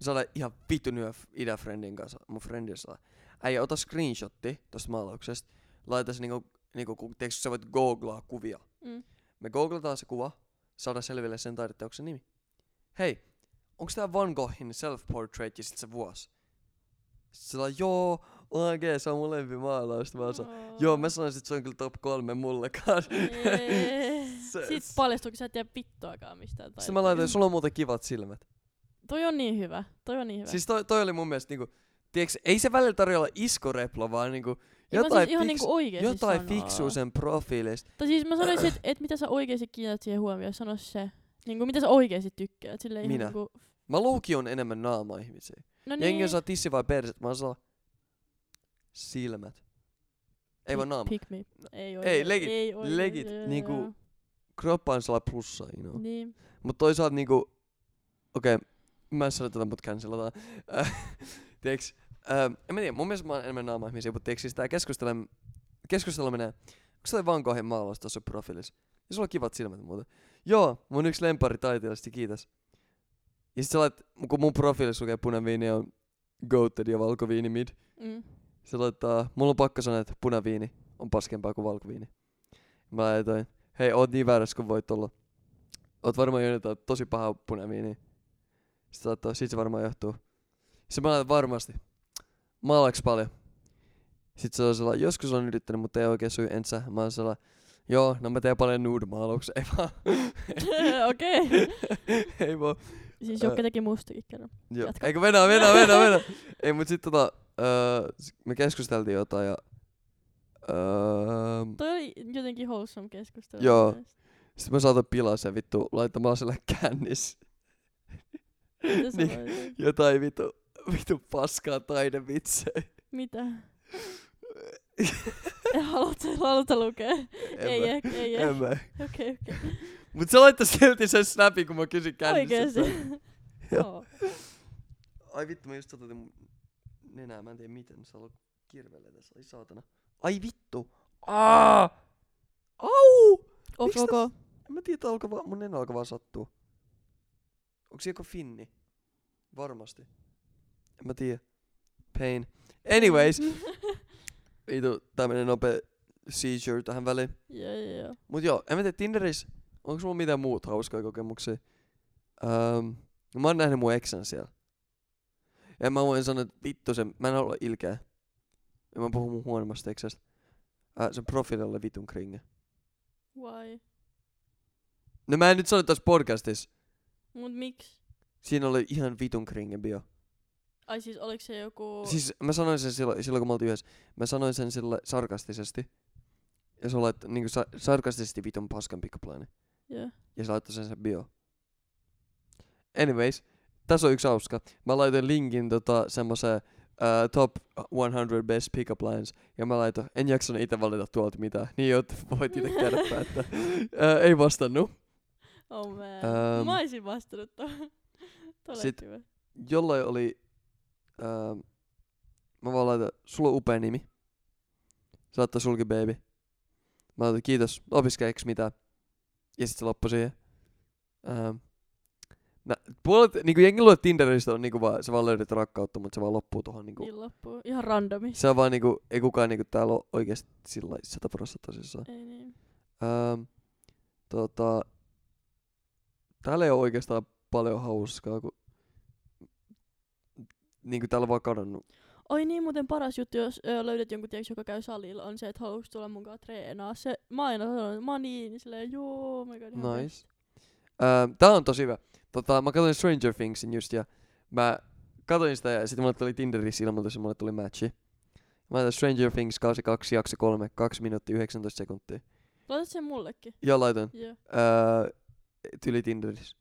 Speaker 1: Se oli ihan vitun yö idäfriendin kanssa, mun friendin saa. Äijä, ota screenshotti tosta maalauksesta. Laita se niinku, niinku kun, tiiäks, sä voit googlaa kuvia.
Speaker 2: Mm.
Speaker 1: Me googlataan se kuva, saada selville sen taideteoksen nimi. Hei, onks tää Van Goghin self-portrait ja sit se vuosi? Sitten sillä on, joo, oikee, se on mun lempimaalaus. Mä oon, joo, mä sanoisin, että se on kyllä top kolme mulle kanssa.
Speaker 2: Eee.
Speaker 1: Se-
Speaker 2: Sitten paljastuu, kun sä et tiedä vittuakaan mistään.
Speaker 1: Sitten mä laitan, sulla on muuten kivat silmät.
Speaker 2: Toi on niin hyvä. Toi on niin hyvä.
Speaker 1: Siis toi, toi oli mun mielestä niinku, tiiäks, ei se välillä tarjolla iskorepla, vaan niinku
Speaker 2: Ja mä
Speaker 1: jotain,
Speaker 2: siis ihan
Speaker 1: fiks,
Speaker 2: niinku oikeesti
Speaker 1: jotain
Speaker 2: sanoo.
Speaker 1: fiksuu sen profiilista.
Speaker 2: Tai siis mä sanoisin, että et mitä sä oikeesti kiinnität siihen huomioon, sano se. Niinku mitä sä oikeesti tykkäät. Silleen
Speaker 1: Minä?
Speaker 2: Ihan niinku,
Speaker 1: Mä lukion enemmän naama ihmisiä.
Speaker 2: no
Speaker 1: Niin. Jengi
Speaker 2: niin,
Speaker 1: osaa tissi vai perset, mä osaan silmät. Ei vaan
Speaker 2: pick-
Speaker 1: naama. No,
Speaker 2: Pick me. Ei oikeesti.
Speaker 1: legit,
Speaker 2: Ei oikeesti,
Speaker 1: legit,
Speaker 2: joo, joo,
Speaker 1: niinku,
Speaker 2: joo.
Speaker 1: Kroppa on sellainen plussa, you know.
Speaker 2: Niin.
Speaker 1: Mut toisaalta niinku, okei, okay, mä en sano tätä, mut cancelataan. Äh, tiiäks, äh, en mä tiedä, mun mielestä mä oon enemmän naama ihmisiä, mut tiiäks siis tää keskustelu, keskustelu menee, onks toi Van Goghin maalaus tuossa profiilissa? Ja sulla on kivat silmät muuten. Joo, mun yksi lempari taiteilijasta, kiitos. Ja sit sä lait, kun mun profiilissa lukee punaviini on goated ja valkoviini mid,
Speaker 2: Mm.
Speaker 1: se laittaa, mulla on pakko sanoa, että punaviini on paskempaa kuin valkoviini. Mä laitoin, hei oot niin väärässä kuin voit olla. Oot varmaan jonotaan tosi paha punaviini. Sitten laittoi, siitä se varmaan johtuu. Se mä laitan varmasti. Maalaaks paljon. Sitten se on sellainen, joskus on yrittänyt, mutta ei oikein syy ensä. Mä oon sellainen, joo, no mä teen paljon nude-maalauksia. Ei vaan.
Speaker 2: Okei.
Speaker 1: ei vaan.
Speaker 2: Siis
Speaker 1: Ö.
Speaker 2: joku teki mustakin kerran.
Speaker 1: Joo.
Speaker 2: Jatka.
Speaker 1: Eikö mennä, mennä, mennä, mennä. Ei, mut sit tota, öö, s- me keskusteltiin jotain ja... Öö,
Speaker 2: Toi oli jotenkin wholesome keskustelu.
Speaker 1: Joo.
Speaker 2: mun mielestä.
Speaker 1: Sitten mä saatan pilaa sen vittu laittamalla sille kännis
Speaker 2: Mitä sä
Speaker 1: Niin.
Speaker 2: laitat?
Speaker 1: jotain vittu, vittu paskaa taidevitsejä.
Speaker 2: Mitä? Haluatko, haluatko lukea?
Speaker 1: En
Speaker 2: Ei,
Speaker 1: mä-
Speaker 2: ei, ei, ei.
Speaker 1: En mä.
Speaker 2: Okei, okei.
Speaker 1: Mut se laittoi silti sen snapin, kun mä kysin
Speaker 2: Oikeesti.
Speaker 1: kännissä. Joo.
Speaker 2: Joo.
Speaker 1: Ai vittu, mä just totutin mun nenää. Mä en tiedä miten. Se alkoi kirvelee tässä. Ai saatana. Ai vittu. Aa! Au!
Speaker 2: Onks
Speaker 1: Miks
Speaker 2: ok?
Speaker 1: En mä tiedä, alkoi vaan, mun nenä alkoi vaan sattua. Onks se joku finni? Varmasti. En mä tiedä. Pain. Anyways. Vitu, tää menee nopea seizure tähän väliin.
Speaker 2: Joo, joo, joo.
Speaker 1: Mut joo, en mä tiedä, Tinderissä, onks mulla mitään muut hauskoja kokemuksia? Öm, no mä oon nähnyt mun eksän siellä. Ja mä voin sanoa, että vittu se, mä en halua olla ilkeä. Ja mä puhun mun huonommasta eksästä. Äh, sen profiili oli vitun kringe.
Speaker 2: Why?
Speaker 1: No mä en nyt sano tässä podcastissa.
Speaker 2: Mut miksi?
Speaker 1: Siinä oli ihan vitun kringe bio.
Speaker 2: Ai siis oliks se joku...
Speaker 1: Siis mä sanoin sen silloin, silloin kun me oltiin yhdessä. Mä sanoin sen sillä sarkastisesti. Ja se oli niinku sa- sarkastisesti vitun paskan pikkuplaani.
Speaker 2: Joo.
Speaker 1: Ja se laittoi sen sen bio. Anyways, tässä on yksi hauska. Mä laitoin linkin tota semmoseen uh, top 100 best pickup lines. Ja mä laitoin, en jaksanut itse valita tuolta mitään. Niin jotta voit itse käydä päättää. uh, ei vastannut.
Speaker 2: Oh man.
Speaker 1: Öm.
Speaker 2: Mä oisin vastannut tuohon. Tuo
Speaker 1: Sit-
Speaker 2: Sit... hyvä.
Speaker 1: Jollain oli, uh, mä vaan laitan, sulla on upea nimi. Saattaa sulki baby. Mä laitan, kiitos, opiskeeks mitä. Ja sit se loppui siihen. Ähm. Nä, puolet, niinku jengi luulee, että Tinderistä on niinku vaan, sä vaan löydät rakkautta, mutta se vaan loppuu tuohon niinku.
Speaker 2: Niin loppuu. Ihan randomi.
Speaker 1: Se on vaan niinku, ei kukaan niinku täällä ole oikeesti sillä lailla 100 prosenttia tosissaan.
Speaker 2: Ei niin.
Speaker 1: Ähm, tota, täällä ei ole oikeastaan paljon hauskaa, kun niinku täällä on vaan kadonnut.
Speaker 2: Ai niin, muuten paras juttu, jos ö, löydät jonkun tieks, joka käy salilla, on se, että haluatko tulla mukaan treenaa. Se, mä aina sanon, että mä oon niin, niin silleen, joo, oh my god. ihan
Speaker 1: Nice.
Speaker 2: best.
Speaker 1: Ähm, tää on tosi hyvä. Tota, mä katsoin Stranger Thingsin just ja mä katoin sitä ja sitten mulle tuli Tinderissä ilmoitus ja mulle tuli matchi. Mä laitan Stranger Things kausi 2, jakso 3, 2 minuuttia 19 sekuntia.
Speaker 2: Laitat sen mullekin.
Speaker 1: Ja laitan.
Speaker 2: Joo.
Speaker 1: Öö, tyli Tinderissä.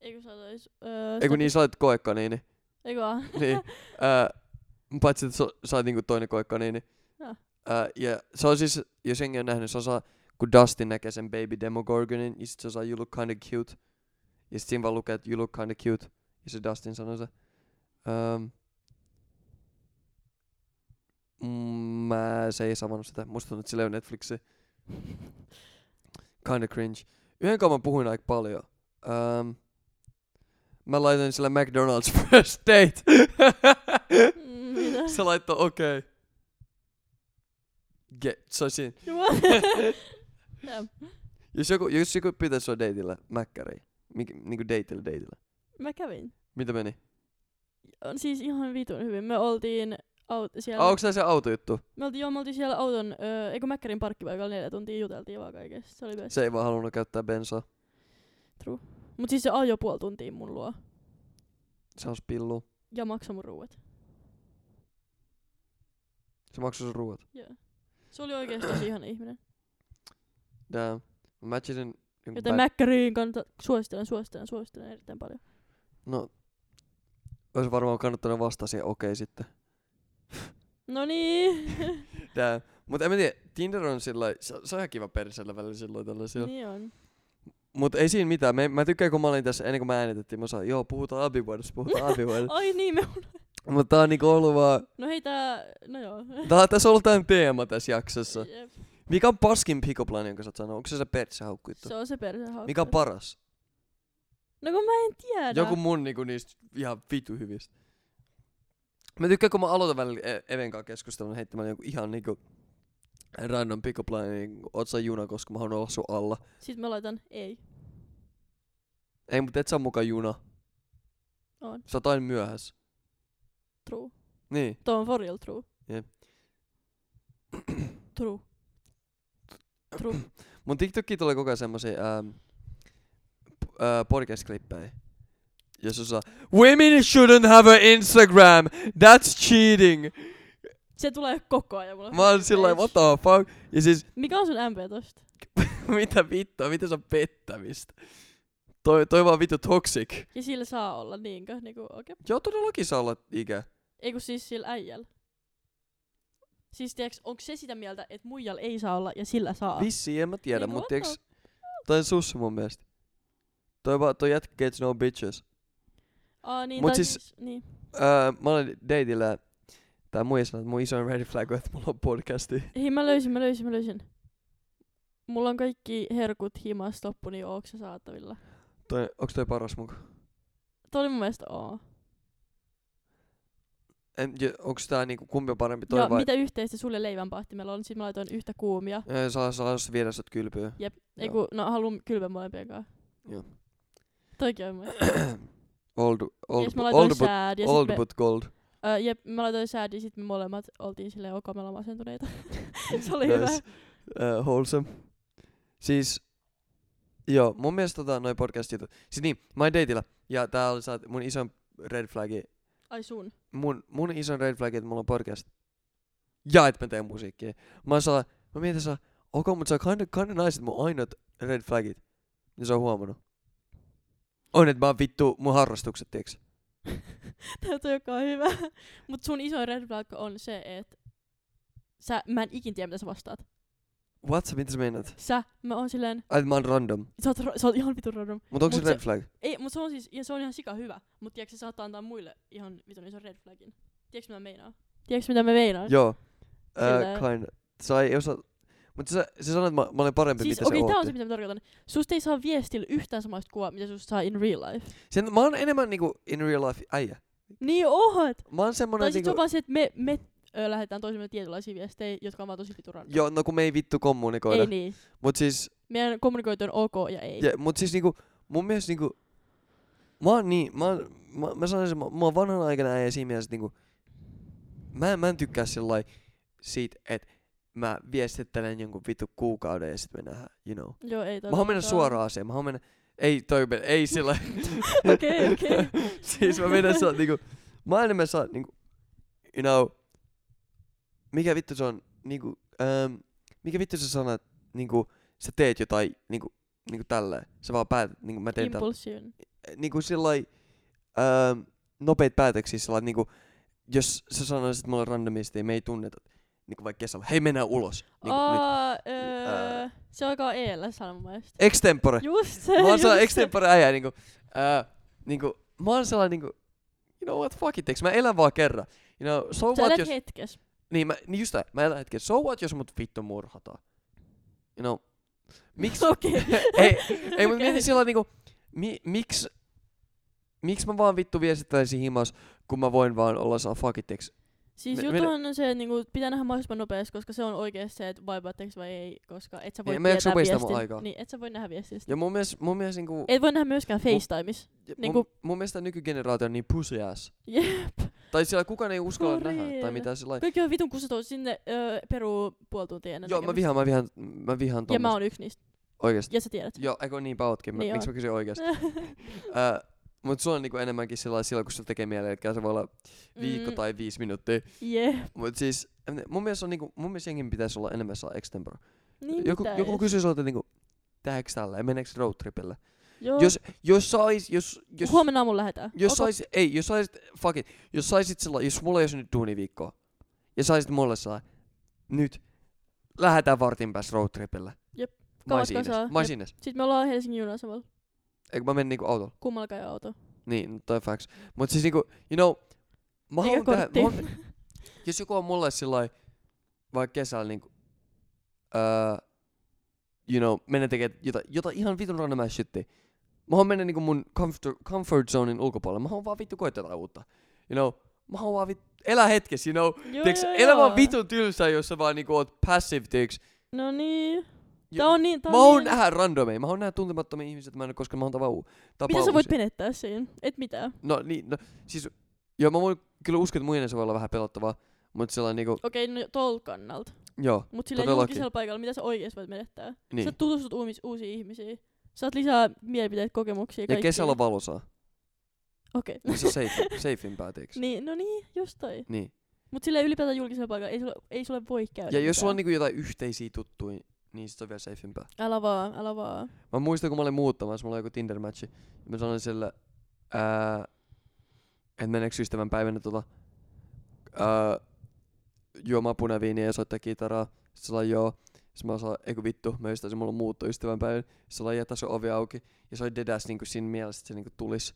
Speaker 2: Eikö sä otais... Öö,
Speaker 1: Ei kun niin
Speaker 2: stati-
Speaker 1: sä laitat koekaniini.
Speaker 2: Eikö vaan?
Speaker 1: niin. Öö, paitsi, että so, sä oot niinku toinen koekaniini.
Speaker 2: Joo.
Speaker 1: Öö, ja se on siis, jos jengi on nähnyt, se osaa, kun Dustin näkee sen Baby Demogorgonin, ja sit se osaa, you look kinda cute. Ja sit siinä vaan lukee, että you look kinda cute. Ja se Dustin sanoo se. Öö, mm, mä se ei savannut sitä. Musta tuntuu, että sillä ei ole Netflixi. Kinda cringe. Yhden kanssa mä puhuin aika paljon. Öö, mä laitan sillä McDonald's first date.
Speaker 2: Mm, Mitä?
Speaker 1: Se laittoi okei. Okay. Get, se on siinä.
Speaker 2: Jumala. Damn.
Speaker 1: Jos joku, jos joku pitäisi sua dateilla, mäkkäri. Mik, niinku dateilla, dateilla.
Speaker 2: Mä kävin.
Speaker 1: Mitä meni?
Speaker 2: On siis ihan vitun hyvin. Me oltiin aut- siellä...
Speaker 1: Ah, onks tää se autojuttu?
Speaker 2: Me oltiin, joo, me oltiin siellä auton, öö, eikö Mäkkärin parkkipaikalla neljä tuntia juteltiin vaan kaikesta. Se oli best.
Speaker 1: Se ei vaan halunnut käyttää bensaa.
Speaker 2: Mut siis se ajoi puoli tuntia mun luo.
Speaker 1: Se on pillu.
Speaker 2: Ja maksoi mun ruuat.
Speaker 1: Se maksoi sun ruuat.
Speaker 2: Joo. Se oli oikeesti tosi ihana ihminen.
Speaker 1: Damn. Mä niin matchasin jonkun
Speaker 2: Joten
Speaker 1: bad-
Speaker 2: Mäkkäriin kannattaa, suosittelen, suosittelen, suosittelen erittäin paljon.
Speaker 1: No, olisi varmaan kannattanut vastata siihen okei okay, sitten.
Speaker 2: No niin.
Speaker 1: Damn. Mut en mä tiedä, Tinder on sillä lailla- se, se on ihan kiva persellä välillä silloin tällaisilla.
Speaker 2: niin on.
Speaker 1: Mut ei siinä mitään. Mä, mä tykkään, kun mä olin tässä, ennen kuin mä äänitettiin, mä sanoin, joo, puhutaan abivuodesta, puhutaan abivuodesta.
Speaker 2: Ai niin, me...
Speaker 1: Mutta tää on niinku ollut vaan,
Speaker 2: No hei tää... No joo.
Speaker 1: tää, tässä on ollut tämän teema tässä jaksossa.
Speaker 2: Jep.
Speaker 1: Mikä on paskin pikoplan, jonka sä oot sanonut? Onko se se persehaukku juttu?
Speaker 2: Se on se persehaukka.
Speaker 1: Mikä on paras?
Speaker 2: No kun mä en tiedä.
Speaker 1: Joku mun niinku niistä ihan vitu hyvistä. Mä tykkään, kun mä aloitan välillä E- Even kanssa keskustelun heittämään joku ihan niinku random pikoplanin, niin oot sä juna, koska mä haluan olla sun alla.
Speaker 2: Sit mä laitan ei.
Speaker 1: Ei, mutta et sä muka juna.
Speaker 2: On.
Speaker 1: Sä oot aina myöhässä.
Speaker 2: True.
Speaker 1: Niin.
Speaker 2: Tuo on for real true.
Speaker 1: Jep.
Speaker 2: True. True.
Speaker 1: Mun TikTokki tulee koko ajan semmosia ähm, p- äh, podcast-klippejä. Jos on saa, Women shouldn't have an Instagram, that's cheating.
Speaker 2: Se tulee koko ajan mulle.
Speaker 1: Mä oon sillä lailla, what the fuck? Ja siis,
Speaker 2: Mikä on sun MP tosta?
Speaker 1: mitä vittua, mitä se on pettämistä? Toi, toi vaan vittu toxic.
Speaker 2: Ja sillä saa olla niinkö? Niinku, okei.
Speaker 1: Joo, todellakin saa olla ikä.
Speaker 2: Ei kun siis sillä äijällä. Siis tiiäks, onko se sitä mieltä, että muijalla ei saa olla ja sillä saa?
Speaker 1: Vissi, en mä tiedä,
Speaker 2: Niinku,
Speaker 1: mut
Speaker 2: what
Speaker 1: tiiäks,
Speaker 2: the-
Speaker 1: toi on sussu mun mielestä. Toi, vaan, toi jätkä gets no bitches.
Speaker 2: Aa, niin,
Speaker 1: Mut
Speaker 2: tai
Speaker 1: siis-
Speaker 2: siis, niin.
Speaker 1: Öö, mä olin dateillä, tää mun sanoi, että mun isoin red flag on, että mulla on podcasti.
Speaker 2: Hei, mä löysin, mä löysin, mä löysin. Mulla on kaikki herkut himas loppu, niin ootko sä saatavilla?
Speaker 1: Toi, onks toi paras muka?
Speaker 2: Toi oli mun mielestä oo.
Speaker 1: En, ja onks tää niinku kumpi on parempi toi
Speaker 2: Ja
Speaker 1: vai?
Speaker 2: No, mitä yhteistä sulle leivänpahtimella on? Sitten mä laitoin yhtä kuumia.
Speaker 1: Öö, Saa, saa viedä sut kylpyyn.
Speaker 2: Jep. Ei
Speaker 1: Joo.
Speaker 2: kun, no haluun kylpen molempien kanssa.
Speaker 1: Joo.
Speaker 2: Toikin on mun. mielestä.
Speaker 1: old,
Speaker 2: Ja
Speaker 1: old,
Speaker 2: sit mä
Speaker 1: bu-
Speaker 2: laitoin
Speaker 1: old,
Speaker 2: old,
Speaker 1: but,
Speaker 2: sad, ja
Speaker 1: old
Speaker 2: sit me,
Speaker 1: but gold.
Speaker 2: ää, jep, mä laitoin sad, ja sit me molemmat oltiin silleen, ok, me ollaan masentuneita. Se oli hyvä.
Speaker 1: Nice. Uh, wholesome. Siis, joo, mun mielestä tota, noi podcast jutut. Siis niin, mä oon dateilla, ja tää oli saat mun ison red flagi.
Speaker 2: Ai sun.
Speaker 1: Mun, mun ison red flagi, että mulla on podcast. Ja et mä teen musiikkia. Mä oon saa, mä mietin saa, okei, mut se on kinda, kinda nice, että mun ainoat red flagit, niin se on huomannut. On, että mä oon vittu mun harrastukset, tiiäks.
Speaker 2: Täytyy joka on hyvä. Mut sun iso red flag on se, että sä, mä en ikin tiedä, mitä sä vastaat.
Speaker 1: What? Mitä sä meinat?
Speaker 2: Sä, mä oon silleen,
Speaker 1: Ai, mä oon random.
Speaker 2: sä oot, ro- sä oot ihan vitun random.
Speaker 1: Mut onko
Speaker 2: Mut
Speaker 1: se
Speaker 2: se-
Speaker 1: red flag?
Speaker 2: Ei, mut se on siis, ja se on ihan sika hyvä. Mut tiiäks, se saattaa antaa muille ihan vitun ison red flagin. Tiiäks, mitä mä meinaan? Tiiäks, mitä mä meinaan?
Speaker 1: Joo.
Speaker 2: Silleen.
Speaker 1: Äh, kind. Sä ei osaa... Mut sä, sä sanoit, että mä, mä olen parempi,
Speaker 2: Siis
Speaker 1: mitä
Speaker 2: okei,
Speaker 1: sä
Speaker 2: tää on
Speaker 1: oot.
Speaker 2: se, mitä mä tarkoitan. Susta ei saa viestillä yhtään samaista kuvaa, mitä susta saa in real life.
Speaker 1: Sen, mä oon enemmän niinku in real life äijä.
Speaker 2: Niin oot!
Speaker 1: Mä oon semmonen
Speaker 2: Tai sit se
Speaker 1: niinku...
Speaker 2: on vaan se, että me, me ö, lähetään toisemme tietynlaisia viestejä, jotka on vaan tosi vitun random.
Speaker 1: Joo, no kun me ei vittu kommunikoida.
Speaker 2: Ei
Speaker 1: Ei,
Speaker 2: niin.
Speaker 1: Mut siis,
Speaker 2: Meidän kommunikointi on ok ja ei.
Speaker 1: ja, mut siis niinku, mun mielestä niinku... Mä oon niin, mä, oon- mä, mä sanoisin, mä, mä oon vanhan aikana äijä siinä mielessä, että niinku... Mä, mä en tykkää sillai siitä, että mä viestittelen jonkun vittu kuukauden ja sit me nähdään, you know.
Speaker 2: Joo, ei
Speaker 1: Mä haluan mennä
Speaker 2: todellakaan.
Speaker 1: suoraan asiaan. Mä haluan mennä, Ei toimi, ei sillä.
Speaker 2: Okei, okei.
Speaker 1: siis mä menen saa niinku, mä enemmän saa niinku, you know, mikä vittu se on, niinku, ähm, mikä vittu se sana, että niinku, sä teet jotain, niinku, niinku tälleen. Sä vaan päätät, niinku mä teen tällä.
Speaker 2: Impulsion.
Speaker 1: Niinku sillai, ähm, nopeita päätöksiä sillai, niinku, jos sä sanoisit mulle randomisti ja me ei tunneta, niinku vaikka kesällä, hei mennään ulos. Niinku, nyt. Niin,
Speaker 2: Aa, öö,
Speaker 1: Ää.
Speaker 2: se alkaa eellä sanoa mun mielestä.
Speaker 1: Extempore.
Speaker 2: Just se,
Speaker 1: Mä oon
Speaker 2: just
Speaker 1: sellainen
Speaker 2: se.
Speaker 1: extempore äijä, niinku, ää, niinku, mä oon sellainen niinku, you know what, fuck it, eiks mä elän vaan kerran. You know, so
Speaker 2: Sä
Speaker 1: what
Speaker 2: elät
Speaker 1: jos,
Speaker 2: hetkes.
Speaker 1: niin, mä, niin just tää, mä elän hetken, so what jos mut vittu murhataan. You know, miksi,
Speaker 2: Okei.
Speaker 1: ei, ei mut
Speaker 2: Okei.
Speaker 1: mietin sillä niinku, mi, miksi, miksi mä vaan vittu viestittäisin himas, kun mä voin vaan olla saa fuck it, eiks.
Speaker 2: Siis
Speaker 1: Me-
Speaker 2: me, jutuhan on se, että niinku, pitää nähdä mahdollisimman nopeasti, koska se on oikeesti se, että vaivaatteko vai ei, koska et sä voi
Speaker 1: Niin, mä en jaksa
Speaker 2: tietää
Speaker 1: wasteaa mun
Speaker 2: viestin-
Speaker 1: aikaa.
Speaker 2: Niin, et sä voi nähdä viestistä.
Speaker 1: Ja mun mielestä, mun mielestä niinku,
Speaker 2: Et voi nähdä myöskään FaceTimeissa.
Speaker 1: mun,
Speaker 2: niinku-
Speaker 1: mun mielestä nykygeneraatio on niin pussy ass.
Speaker 2: Jep.
Speaker 1: Tai siellä kukaan ei uskalla nähdä, tai
Speaker 2: Horrible.
Speaker 1: mitä sillä
Speaker 2: Kaikki on vitun kustatus sinne öö, peruu puoli tuntia ennen
Speaker 1: Joo, mä
Speaker 2: näkemistä.
Speaker 1: vihaan, mä vihaan, mä vihaan
Speaker 2: Ja
Speaker 1: tommoista.
Speaker 2: mä oon yksi niistä.
Speaker 1: Oikeesti.
Speaker 2: Ja sä tiedät.
Speaker 1: Joo, eikö niinpä ootkin? Mä,
Speaker 2: Niin
Speaker 1: miksi
Speaker 2: on.
Speaker 1: mä kysyin oikeesti? Äh, mut sulla on niinku enemmänkin sillä sillä, kun sulla tekee mieleen, että se voi olla viikko
Speaker 2: Mm,
Speaker 1: tai viisi minuuttia.
Speaker 2: Jep.
Speaker 1: Mut siis, en- mun mielestä, on niinku, mun mielestä jenkin pitäisi olla enemmän saa extempore.
Speaker 2: Niin
Speaker 1: joku,
Speaker 2: pitäis.
Speaker 1: joku kysyy sulta niinku, tehdäänkö tällä ja meneekö roadtripille?
Speaker 2: Joo.
Speaker 1: Jos, jos sais, jos, jos,
Speaker 2: Huomenna aamulla lähetään.
Speaker 1: jos
Speaker 2: Okei.
Speaker 1: sais, ei, jos saisit, fuck it, jos saisit sillä, jos mulla ei olisi nyt duuniviikkoa, ja saisit mulle saa, nyt, lähetään vartin päästä roadtripille.
Speaker 2: Jep.
Speaker 1: Mä oon
Speaker 2: Kauatko
Speaker 1: siinä.
Speaker 2: saa?
Speaker 1: Mä oon
Speaker 2: Jep.
Speaker 1: siinä.
Speaker 2: Sitten me ollaan Helsingin junasemalla.
Speaker 1: Eikö mä menen niinku autolla?
Speaker 2: Kummallakaan ei ole auto.
Speaker 1: Niin, no toi facts. Mut siis niinku, you know, mä
Speaker 2: Eikä
Speaker 1: haluan tehdä, mä
Speaker 2: korttia.
Speaker 1: haluan, jos joku on mulle sillai, vaikka kesällä niinku, uh, you know, mennä tekee jotain, jotain ihan vitun random ass shitti. Mä haluan mennä niinku mun comfort, comfort zonein ulkopuolelle. Mä haluan vaan vittu koettaa jotain uutta. You know, mä haluan vaan vittu, elä hetkes, you know.
Speaker 2: Joo,
Speaker 1: Tiiäks,
Speaker 2: joo,
Speaker 1: elä vaan
Speaker 2: joo.
Speaker 1: vitun tylsää, jos sä vaan niinku oot passive, tiiäks.
Speaker 2: No niin.
Speaker 1: Jo-
Speaker 2: Tää on niin... Tää
Speaker 1: Mä haluan
Speaker 2: on niin...
Speaker 1: nähdä randomeja, mä haluan nähdä tuntemattomia ihmisiä, että mä en oo koskaan, mä haluan tavaa uu- tapaa
Speaker 2: Mitä sä voit
Speaker 1: uusia.
Speaker 2: menettää siinä? Et mitään.
Speaker 1: No niin, no, siis joo, mä voin kyllä uskon, että muiden se voi olla vähän pelottavaa, mutta sellainen niinku,
Speaker 2: Okei, no tol kannalta.
Speaker 1: joo,
Speaker 2: Mut sillä
Speaker 1: Todellakin.
Speaker 2: julkisella paikalla, mitä sä oikeesti voit menettää?
Speaker 1: niin.
Speaker 2: Sä tutustut uumis, uusiin ihmisiin. Saat lisää mielipiteitä, kokemuksia,
Speaker 1: Ja
Speaker 2: kaikkea.
Speaker 1: kesällä on valosaa,
Speaker 2: Okei.
Speaker 1: niin se on safe, safeimpää, tiiäks?
Speaker 2: Niin, no niin, just toi.
Speaker 1: Niin.
Speaker 2: Mut silleen ylipäätään julkisella paikalla ei sulle, ei sulle voi käydä
Speaker 1: Ja jos sulla on
Speaker 2: mitään.
Speaker 1: niinku jotain yhteisiä tuttuja, niin sit se on vielä safeimpää.
Speaker 2: Älä vaan, älä vaan.
Speaker 1: Mä muistan, kun mä olin muuttamassa, mulla oli joku Tinder-matchi, ja mä sanoin sille, ää, että meneekö ystävän päivänä tota, ää, juomaan punaviiniä ja soittaa kitaraa. Sitten se oli joo. Sitten mä sanoin, eikö vittu, mä ystäisin, mulla on muutto ystävän päivän. Sitten se oli jätä se ovi auki. Ja se oli dedas niinku siinä mielessä, että se niinku tulis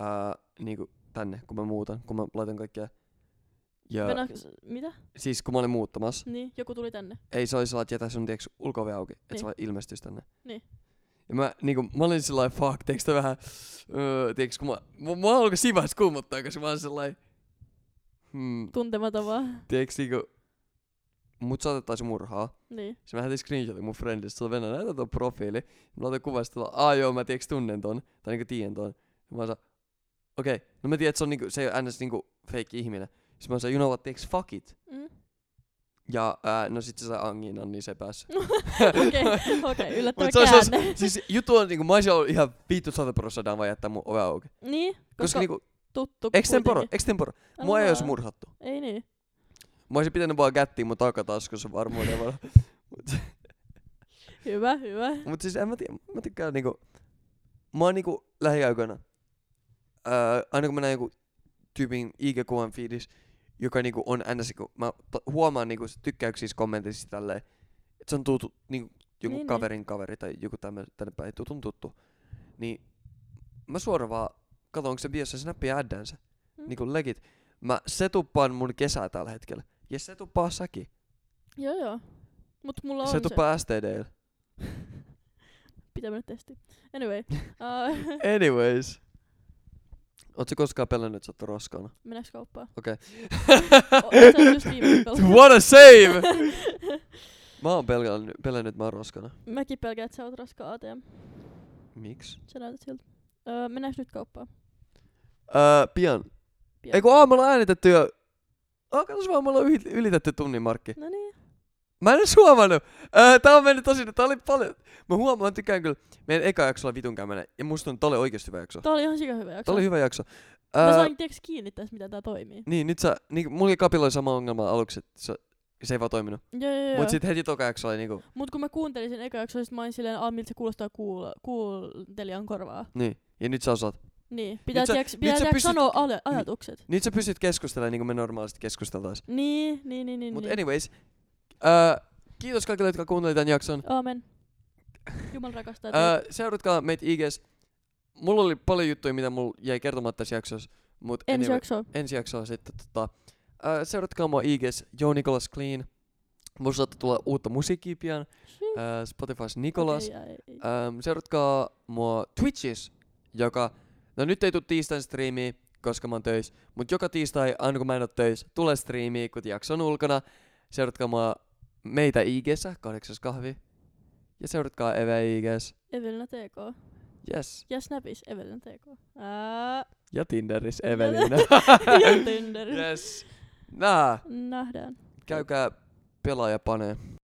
Speaker 1: ää, niinku tänne, kun mä muutan, kun mä laitan kaikkea. Ja
Speaker 2: Venä, mitä?
Speaker 1: siis kun mä olin muuttamassa,
Speaker 2: Niin, joku tuli tänne.
Speaker 1: ei se oli sellainen, että jätä sun tiiäks ulkove auki, että niin.
Speaker 2: Niin.
Speaker 1: sä vaan ilmestyis tänne.
Speaker 2: Niin.
Speaker 1: Ja mä, niinku, mä olin sellainen, fuck, tiiäks tää vähän, öö, tiiäks, kun mä, mä, mä alkoi sivas kuumottaa, koska mä olin sellainen, hmm,
Speaker 2: Tuntematon vaan.
Speaker 1: tiiäks niinku, mut saatettaisiin murhaa.
Speaker 2: Niin.
Speaker 1: Sitten mä lähetin screenshotin mun friendistä, sillä Venäjä, näytä ton profiili. Mä laitan kuvasta, aa joo, mä tiiäks tunnen ton, tai niinku tiedän ton. Ja mä sanoin, okei, okay. no mä tiedän, että se on niinku, se ei ole ns niinku fake ihminen. Sitten mä sanoin, you know what, tiiäks, fuck it.
Speaker 2: Mm.
Speaker 1: Ja ää, no sit se sai anginan, niin se pääsi.
Speaker 2: Okei, okei, yllättävä
Speaker 1: Mut se olisi-
Speaker 2: käänne.
Speaker 1: siis juttu on niinku, mä olisin ollut ihan vittu sata prosenttia daan vaan jättää mun ove auki. Koska,
Speaker 2: Niin, koska,
Speaker 1: koska niinku,
Speaker 2: tuttu
Speaker 1: extemporo,
Speaker 2: kuitenkin.
Speaker 1: extemporo.
Speaker 2: Älä
Speaker 1: Mua ei
Speaker 2: vaan.
Speaker 1: olisi murhattu.
Speaker 2: Ei niin.
Speaker 1: Mä olisin pitänyt vaan kättiä mun takataskussa varmuuden vaan.
Speaker 2: Hyvä, hyvä.
Speaker 1: Mut siis en mä tiedä, mä tykkään niinku, mä oon niinku lähiaikoina, ää, aina kun mä näen joku tyypin IG-kuvan fiilis, joka niinku on ns, kun mä ta- huomaan niinku se tykkäyksissä kommenteissa tälleen, että se on tuttu, niinku joku
Speaker 2: Niin, niin.
Speaker 1: kaverin kaveri tai joku tämmö, tänne päin tutun tuttu, niin mä suoraan vaan katon, onko se biessä snappia äddänsä,
Speaker 2: Mm.
Speaker 1: niinku legit. Mä setuppaan mun kesää tällä hetkellä, ja setuppaa säkin,
Speaker 2: Joo, joo. Mut mulla on se.
Speaker 1: setuppaa STDllä.
Speaker 2: Pitää mennä testiin. Anyway. Uh,
Speaker 1: Anyways. Ootko koskaan pelännyt, että sä oot roskana?
Speaker 2: mennäänkö kauppaan?
Speaker 1: Okei.
Speaker 2: O- oot sä just viime viikolla?
Speaker 1: What a save! mä oon pelännyt, pelännyt, että mä oon roskana.
Speaker 2: Mäkin pelkään, että sä oot raskaa ATM.
Speaker 1: Miksi?
Speaker 2: Sä näytät siltä. Öö, mennäänkö nyt kauppaan?
Speaker 1: Öö, pian.
Speaker 2: Pian.
Speaker 1: Ei kun aamulla äänitetty jo... Oh, katos vaan, me ollaan yhi- ylitetty tunnin markki.
Speaker 2: No niin.
Speaker 1: Mä en edes huomannut. Öö, tää on mennyt tosi, tää oli paljon. Mä huomaan, mä tykkään kyllä. Meidän eka jakso oli vitun kämmenen. Ja musta tuntuu, että tää oli oikeesti hyvä jakso.
Speaker 2: Tää oli ihan sikahyvä jakso.
Speaker 1: Tää oli hyvä jakso.
Speaker 2: Mä
Speaker 1: Öö,
Speaker 2: sain tiiäks kiinni tässä, mitä tää toimii.
Speaker 1: Niin, nyt sä, niin, mulla oli kapilla oli sama ongelma aluksi, että se, se ei vaan toiminut.
Speaker 2: Joo, joo, joo.
Speaker 1: Mut sit heti toka jakso oli niinku,
Speaker 2: Mut kun mä kuuntelin sen eka jakson, sit mä olin silleen, "Aa, miltä se kuulostaa kuul- kuuntelijan korvaa.
Speaker 1: niin. Ja nyt sä osaat.
Speaker 2: Niin. Pitää,
Speaker 1: sä-
Speaker 2: tiiäks,
Speaker 1: nyt
Speaker 2: pitää
Speaker 1: sä
Speaker 2: tiiäks
Speaker 1: pystyt- mm.
Speaker 2: sanoa ale- ajatukset.
Speaker 1: Nyt sä pystyt keskustelemaan niin kuin me normaalisti keskusteltaisiin.
Speaker 2: Niin, niin, niin, niin.
Speaker 1: Mut
Speaker 2: niin.
Speaker 1: anyways, öö, kiitos kaikille, jotka kuuntelivat tämän jakson.
Speaker 2: Aamen. Jumala rakastaa teitä.
Speaker 1: Öö, seuratkaa meitä IGs. Mulla oli paljon juttuja, mitä mulla jäi kertomatta tässä jaksossa. Mut
Speaker 2: Ensi
Speaker 1: anyway,
Speaker 2: jakso.
Speaker 1: ensi jaksoa sitten. Tota, öö, seuratkaa mua IGs, Joo Nicholas Clean. Mulla saattaa tulla uutta musiikkia pian. Öö, Spotifys Nicholas.
Speaker 2: Okei, ai- ai.
Speaker 1: Öm, seuratkaa mua Twitchissä, joka... No nyt ei tule tiistain striimiä, koska mä oon töissä. Mut joka tiistai, aina kun mä en oo töissä, tulee striimiä, kun jakso on ulkona. Seuratkaa mua meitä IGssä, kahdeksas kahvi. Ja seuratkaa Eve IGs.
Speaker 2: Evelina TK.
Speaker 1: Yes.
Speaker 2: Ja Snapis Evelina TK. Ää,
Speaker 1: Ja Tinderis Evelina.
Speaker 2: ja Tinder.
Speaker 1: yes. Nää,
Speaker 2: Nähdään.
Speaker 1: käykää pelaajapaneen.